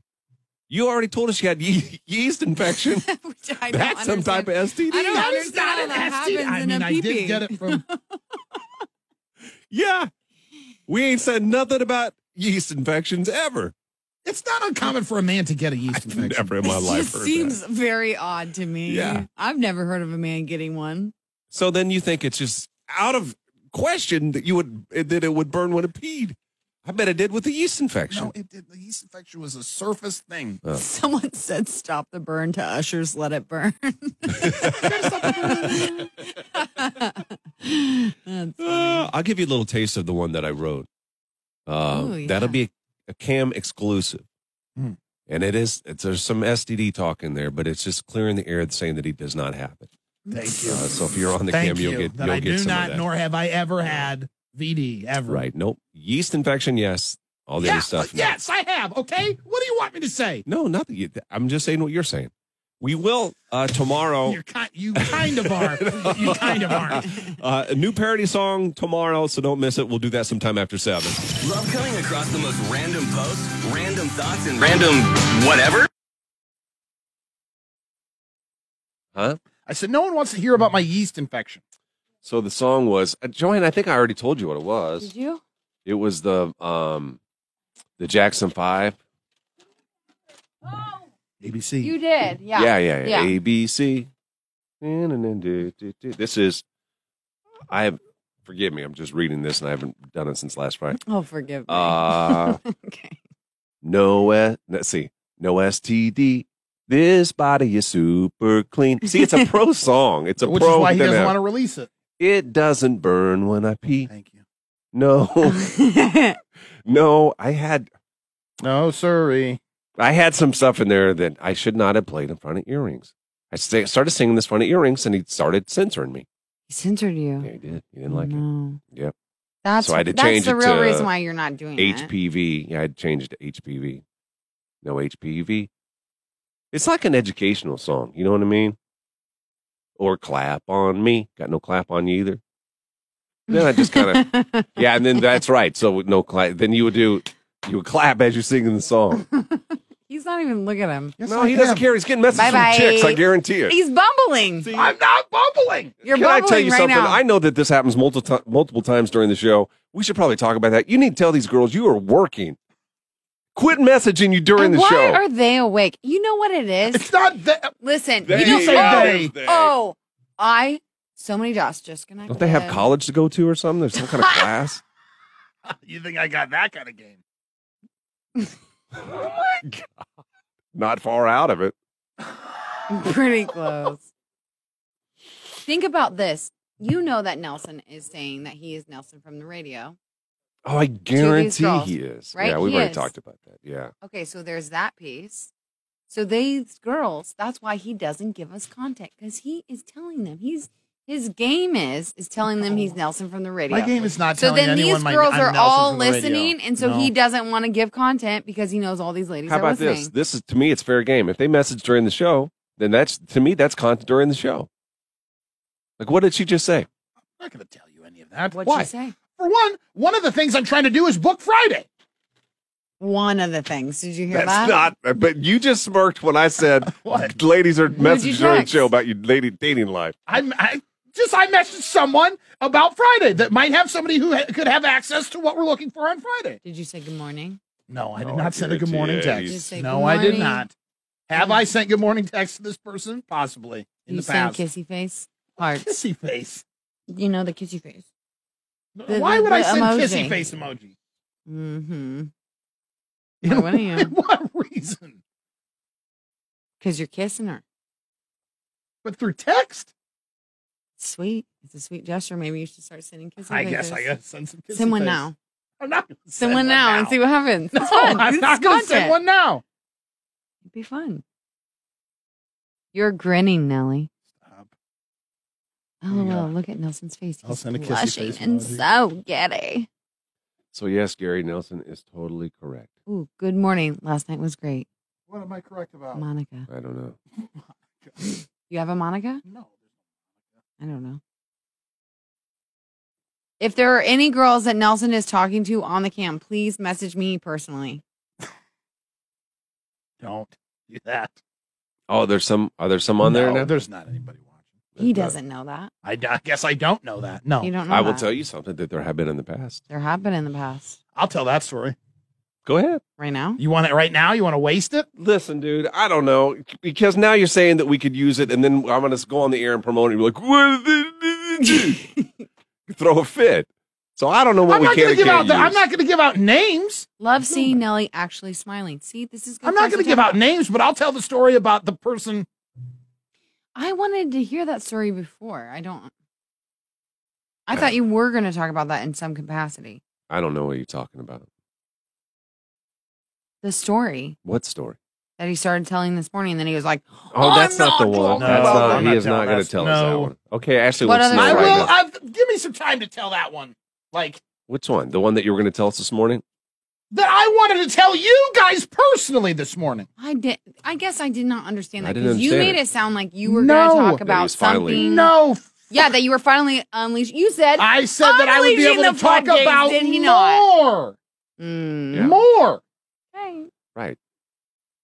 You already told us you had ye- yeast infection.
Which I don't
That's some type
understand.
of STD.
I don't
That is
understand
not
how
an
that
STD.
happens
I
in
mean,
a
I did
pee-pee.
get it from.
Yeah. We ain't said nothing about yeast infections ever.
It's not uncommon for a man to get a yeast infection.
Never in my
it
life.
just
heard that.
seems very odd to me.
Yeah.
I've never heard of a man getting one.
So then you think it's just out of question that you would eh, that it would burn when it peed. I bet it did with the yeast infection.
No, it did. The yeast infection was a surface thing.
Someone said, "Stop the burn" to Usher's "Let It Burn." That's funny.
Uh, I'll give you a little taste of the one that I wrote. Um,
Ooh,
That'll
yeah.
be a, cam exclusive.
Hmm.
And it is, it's, there's some STD talk in there, but it's just clearing the air and saying that he does not have it.
Thank
Uh,
you.
so if you're on the
Thank
cam, you'll
you.
get,
that
you'll
I
get
do
some
not,
of that.
nor have I ever had VD ever.
right. Nope. Yeast infection, yes. All the
Yeah,
other stuff.
uh,
no.
yes, I have. Okay. What do you want me to say?
No, nothing. You- I'm just saying what you're saying. We will uh, tomorrow.
You're ki- you kind of are. you kind of aren't.
Uh, a new parody song tomorrow, so don't miss it. We'll do that sometime after seven.
Love coming across the most random posts, random thoughts, and random whatever?
Huh?
I said, no one wants to hear about my yeast infection.
So the song was uh, Joanne. I think I already told you what it was.
Did you?
It was the um, the Jackson Five.
ABC.
You did. Yeah.
Yeah, yeah, yeah.
Yeah.
A B C. This is. I have. Forgive me. I'm just reading this, and I haven't done it since last Friday.
Oh, forgive me.
Uh,
okay.
no. S- Let's see. No STD. This body is super clean. See, it's a pro song. It's a
Which
pro.
is why he
but then
doesn't
a-
want to release it.
It doesn't burn when I pee.
Thank you.
No, no, I had
No, sorry.
I had some stuff in there that I should not have played in front of earrings. I sta- started singing this in front of earrings, and he started censoring me.
He censored you.
Yeah, he did. He didn't like it.
No.
Yep.
That's
So I had to
that's
change
the
it
real
to
reason why you're not doing that.
HPV. Yeah, I changed to HPV. No HPV. It's like an educational song. You know what I mean? Or clap on me. Got no clap on you either. Then I just kind of
of
yeah, and then that's right. So with no clap, then you would do you would clap as you're singing the song.
He's not even looking at him.
no, he doesn't care. He's getting messages
Bye-bye.
from chicks. I guarantee it.
He's bumbling.
I'm not bumbling.
You're
Can I
bumbling
tell you
right
something?
now.
I know that this happens multiple multiple times during the show. We should probably talk about that. You need to tell these girls you are working. Quit messaging you during
And
the
why
show.
are they awake? You know what it is.
It's not that.
Listen,
They-
you know,
say
oh,
they.
oh, I so many dots just connected.
Don't they have college to go to or something? There's some kind of class.
You think I got that kind of game?
Not far out of it.
Pretty close. Think about this. You know that Nelson is saying that he is Nelson from the radio.
Oh, I guarantee
girls,
he is.
right?
Yeah, we've
He
already
is.
talked about that. Yeah.
Okay, so there's that piece. So these girls, that's why he doesn't give us content because he is telling them he's his game is is telling them he's Nelson from the radio.
My game is not
so
telling
then
anyone
these
my-
girls
I'm
are
Nelson
all
from the radio.
listening, and so
No.
he doesn't want to give content because he knows all these ladies
How
are
about
listening.
this? This is to me, it's fair game. If they message during the show, then that's to me, that's content during the show. Like, what did she just say?
I'm not going to tell you any of that.
What'd
Why?
you say?
For one, one of the things I'm trying to do is book Friday.
One of the things. Did you hear that?
That's not. Uh, But you just smirked when I said
What?
ladies are
Who'd you
messaging during the
text?
show about your lady dating life.
I'm, I just I messaged someone about Friday that might have somebody who ha- could have access to what we're looking for on Friday.
Did you say good morning?
No, I
No,
did
I
not send a good
guarantee
morning
it.
text.
Just say
no,
good
I did
morning. Mm.
not. Have I sent good morning text to this person? Possibly in
you
the past.
say kissy face hearts.
Kissy face.
you know the kissy face. The-
Why
the-
would I
the
send
emoji.
kissy face emoji?
Mm-hmm. Why
You know,
wouldn't you?
what reason?
Because you're kissing her.
But through text?
Sweet. It's a sweet gesture. Maybe you should start sending kissy
I
faces.
guess I gotta send some kissy
Send one
face.
now.
I'm not gonna
Send
send
one now and see what happens.
No,
it's fun.
I'm
This
not
is
gonna send
content.
one now.
It'd be fun. You're grinning, Nellie.
There you
LOL.
go.
Look at Nelson's face.
I'll
He's
send a kissy
blushing
face
and
emoji.
so giddy.
So yes, Gary Nelson is totally correct.
Ooh, good morning. Last night was great.
What am I correct about?
Monica.
I don't know.
You have a Monica?
No.
I don't know. If there are any girls that Nelson is talking to on the cam, please message me personally.
Don't do that.
Oh, there's some. Are there some on there
No,
now?
There's not anybody watching.
He doesn't know that.
I, d- I guess I don't know that. No,
You don't know.
I will
that.
tell you something that there have been in the past.
There have been in the past.
I'll tell that story.
Go ahead.
Right now,
You want it right now? You want to waste it?
Listen, dude, I don't know because now you're saying that we could use it, and then I'm going to go on the air and promote it. And be like, what did they do?" throw a fit. So I don't know what
I'm
we
not
can
going to
and
give
can't
out. The, I'm
use.
not going to give out names.
love seeing Nelly actually smiling. See, this is. Good
I'm not
for
going
us
to give
talk
out
about.
names, but I'll tell the story about the person.
I wanted to hear that story before. I don't. I thought you were going to talk about that in some capacity.
I don't know what you're talking about.
The story
What story?
that he started telling this morning, and then he was like,
Oh,
I'm
that's not, the one.
talking
That's
about
not.
that.
He is
I'm not
not going
telling
to tell
us.
us that
No.
one. Okay, Ashley,
What
let's
other-
know
I
right now.
will. i give me some time to tell that one. Like
Which one? The one that you were going to tell us this morning?
that, I wanted to tell you guys personally this morning.
I did. I guess I did not understand
I
that
didn't
because you
understand
made
it.
it sound like you were
No.
going to talk
That
about
he's finally-
something.
No,
Yeah, that you were finally unleashed. You said
I said that I would be
Unleashing
able to
the
talk
floodgates,
about
did he not?
more,
Mm.
Yeah.
more.
Okay.
Right.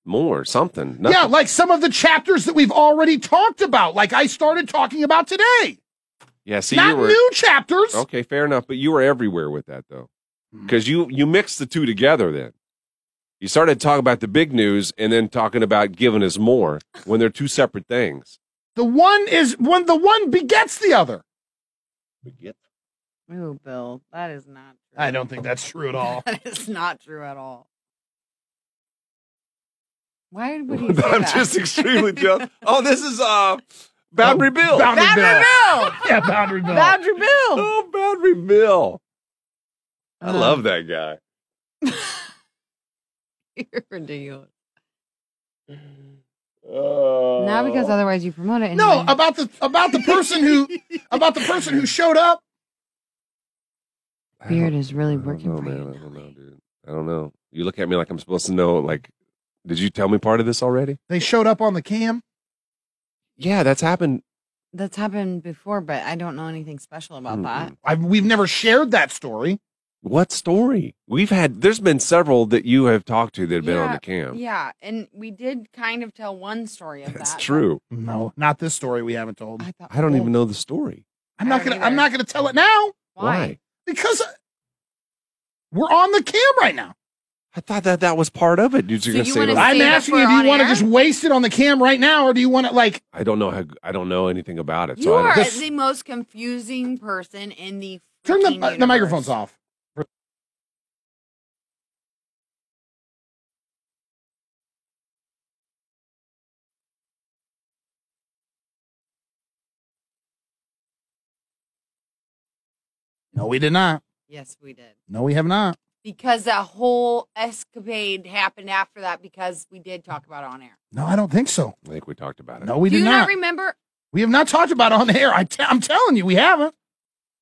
More something. Nothing.
Yeah, like some of the chapters that we've already talked about. Like I started talking about today.
Yeah, see, you
Not
were
new chapters.
okay. Fair enough, but you were everywhere with that though, because you you mixed the two together. Then you started talking about the big news, and then talking about giving us more when they're two separate things.
The one is when the one begets the other.
Oh, Bill, that is not. True.
I don't think that's true at all.
That is not true at all. Why would he say
I'm
that?
just extremely jealous. Oh, this is uh, Boundary Bill.
Boundary
Boundary Bill.
yeah, boundary bill.
Boundary Bill.
oh, Boundary Bill. I
Uh-huh.
love that guy.
You're ridiculous.
Oh.
Not because otherwise you promote it. and
No,
you're-
about the about the person who about the person who showed up.
I don't-
beard is really
I don't
working
know,
for
man.
you.
I don't know, dude. I don't know. You look at me like I'm supposed to know. Like, did you tell me part of this already?
They showed up on the cam.
Yeah, that's happened.
That's happened before, but I don't know anything special about that.
I've, we've never shared that story.
What story? We've had. There's been several that you have talked to that have been on
Yeah,
the cam.
Yeah, and we did kind of tell one story of
that's
that. but
true.
No, not this story we haven't told.
I, thought,
I don't
well,
even know the story.
I'm
I
not
don't
gonna.
either.
I'm not gonna tell it now
why.
because we're on the cam right now.
I thought that that was part of it. You're
So
gonna
you
say
wanna
that-
say-
I'm
Save it
asking
for
you if
on
you want to
air?
just waste it on the cam right now, or do you want it like
I don't know. How, I don't know anything about it.
You
so I
are
don't,
the most confusing person in the. freaking
turn the uh, the
universe.
microphones off? No, we did not.
Yes, we did.
No, we have not.
Because that whole escapade happened after that because we did talk about it on air.
No, I don't think so.
I think we talked about it.
No, we
Do you
did not.
not. remember?
we have not talked about it on the air. I t- I'm telling you, we haven't.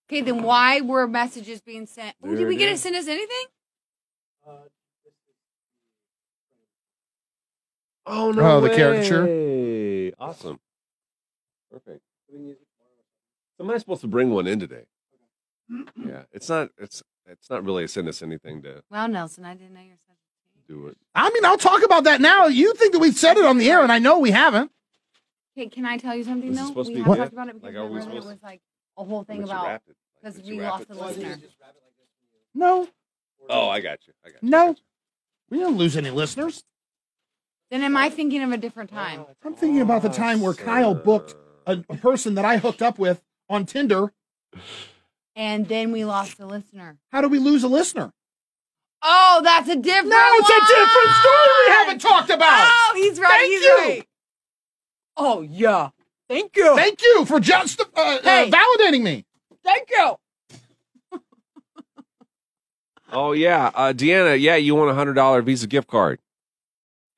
Okay, then why were messages being sent? Oh,
There
did we
it
get to
is.
send us anything?
Oh
no Oh, the caricature.
Awesome. Perfect. Am I supposed to bring one in today? Yeah, it's not. It's it's not really send us anything to
Wow, Nelson, I didn't know you're such a
do it.
I mean, I'll talk about that now. You think that we've said it on the air, and I know we haven't.
Okay, can I tell you something
This is
though?
supposed to
We
be
have
good?
talked about it because
Like, are we
remember when it
supposed
was like a whole thing
But you
about
wrapped it.
because
But
we
you wrapped
lost
it.
the listener.
No,
Oh, I got you. I got you.
no, we don't lose any listeners.
Then am I thinking of a different time?
I'm thinking about the time where Kyle booked a, a person that I hooked up with on Tinder.
And then we lost the listener.
How do we lose a listener?
Oh, that's a different.
No, it's a different story we
one!
haven't talked about.
Oh, he's right.
Thank
he's
you.
right. Oh yeah. Thank you.
Thank you for just uh, uh,
Hey.
validating me.
Thank you.
Oh yeah, uh, Deanna. Yeah, you won a hundred dollar Visa gift card.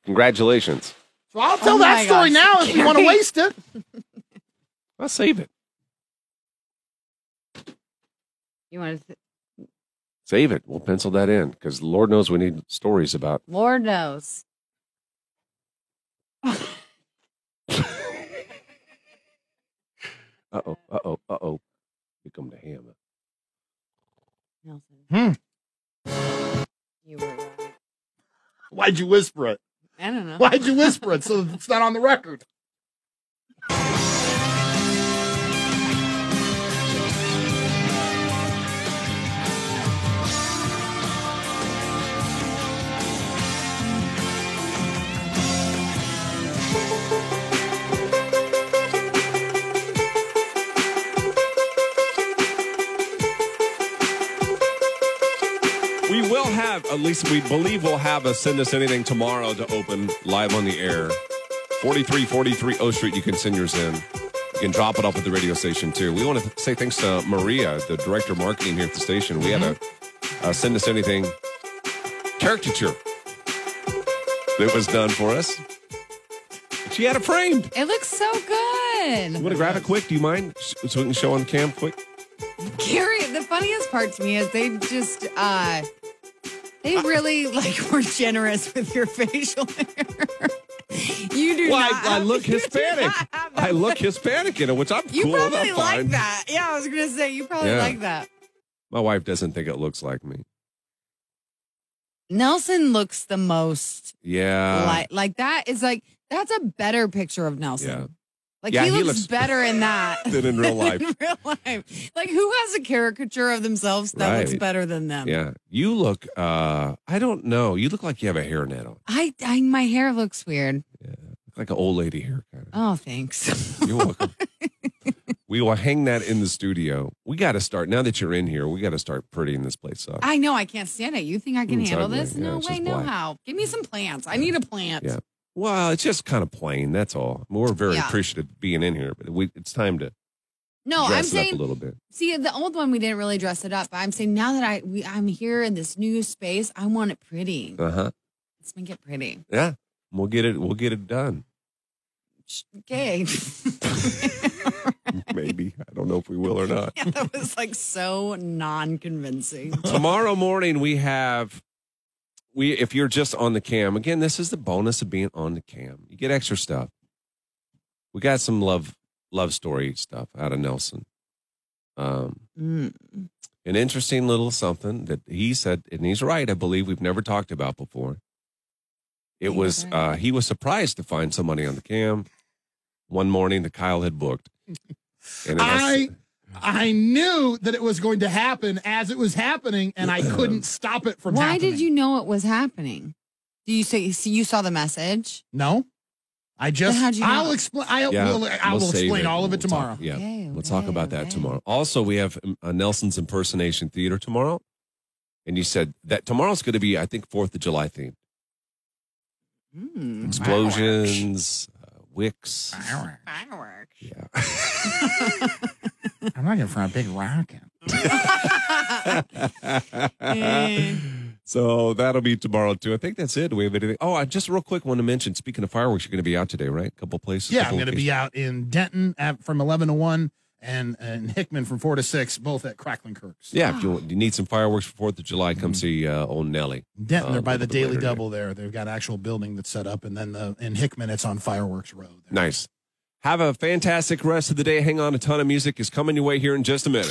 Congratulations.
So I'll tell
Oh my
that
gosh.
story now if you want to waste it.
I'll save it.
You want to?
Save it. We'll pencil that in because Lord knows we need stories about.
Lord knows.
Uh oh. Uh oh. Uh oh. Here come the hammer.
Nelson.
Hmm.
You were right.
Why'd you whisper it?
I don't know.
Why'd you whisper it so it's not on the record?
We will have, at least we believe we'll have a send us anything tomorrow to open live on the air. 4343 O Street, you can send yours in. You can drop it off at the radio station too. We want to say thanks to Maria, the director of marketing here at the station. We had a, a send us anything caricature that was done for us. She had it framed.
It looks so
You
good.
want to grab it quick? Do you mind? So we can show on cam quick.
Gary, the funniest part to me is they just uh
Uh.
they really like were generous with your facial hair. you do
Well,
not
I, I
have-
look
you do
Hispanic.
not have that
I look Hispanic in it, which I'm
You
cool. I'm
probably like
fine.
that. Yeah, I was gonna say you probably
Yeah.
like that.
My wife doesn't think it looks like me.
Nelson looks the most
Yeah.
like like that is like that's a better picture of Nelson.
Yeah.
Like
Yeah,
he,
he
looks
looks-
better in that
Than in real life.
in real life. Like who has a caricature of themselves that looks
Right.
better than them?
Yeah. You look uh I don't know. You look like you have a hairnet on.
I, I my hair looks weird.
Like an old lady hair kind of.
Oh, thanks.
You're welcome. we will hang that in the studio. We gotta start now that you're in here, we gotta start prettying this place up.
I know I can't stand it. You think I can
It's
handle
ugly.
this?
Yeah,
no
it's
way,
just
no
black.
how. Give me some plants. I need a plant.
Yeah. well, it's just kind of plain, that's all. We're very
Yeah.
appreciative of being in here, but we, it's time to
No, I'm
dress it up a
saying
little bit.
see the old one we didn't really dress it up. But I'm saying now that I we, I'm here in this new space, I want it pretty.
Uh-huh.
Let's make it pretty.
Yeah. We'll get it we'll get it done.
Sh- Okay.
Maybe. I don't know if we will or not.
yeah, that was like so non-convincing.
tomorrow morning we have we if you're just on the cam again this is the bonus of being on the cam you get extra stuff we got some love love story stuff out of nelson um
Mm.
an interesting little something that he said and he's right i believe we've never talked about before it
He's
was
right.
uh he was surprised to find somebody on the cam one morning that kyle had booked and
I I knew that it was going to happen as it was happening, and I couldn't stop it from
Why
happening.
did you know it was happening? Do you say see you saw the message?
No, I just.
Then how'd you know?
I'll explain. I
Yeah,
will. I will
we'll save
explain all of it
We'll
tomorrow.
Talk, yeah,
Okay,
we'll talk
okay,
about that
okay.
tomorrow. Also, we have um, uh, Nelson's impersonation theater tomorrow, and you said that tomorrow's going to be, I think, Fourth of July themed:
Hmm,
Mm.
explosions, uh, wicks.
Ah.
Fireworks.
Yeah.
I'm looking for a big rocket.
so that'll be tomorrow too. I think that's it. Do we have anything? Oh, I just real quick want to mention. Speaking of fireworks, you're going to be out today, right? A couple places.
Yeah, I'm
couple
going to
locations.
be out in Denton at, from 11 to 1 and, and Hickman from 4 to 6, both at Crackling Kirk's.
Yeah, if you,
Ah.
want, you need some fireworks for Fourth of July, come
Mm-hmm.
see uh, old Nelly.
Denton,
Uh,
they're
a
by
little
the
bit
Daily
later today.
Double there. They've got actual building that's set up. And then the, in Hickman, it's on Fireworks Road. There.
Nice. Have a fantastic rest of the day. Hang on, a ton of music is coming your way here in just a minute.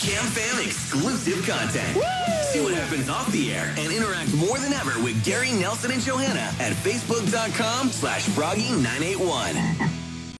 Jam Fam exclusive content. See what happens off the air and interact more than ever with Gary Nelson and Johanna at facebook.com slash froggy981.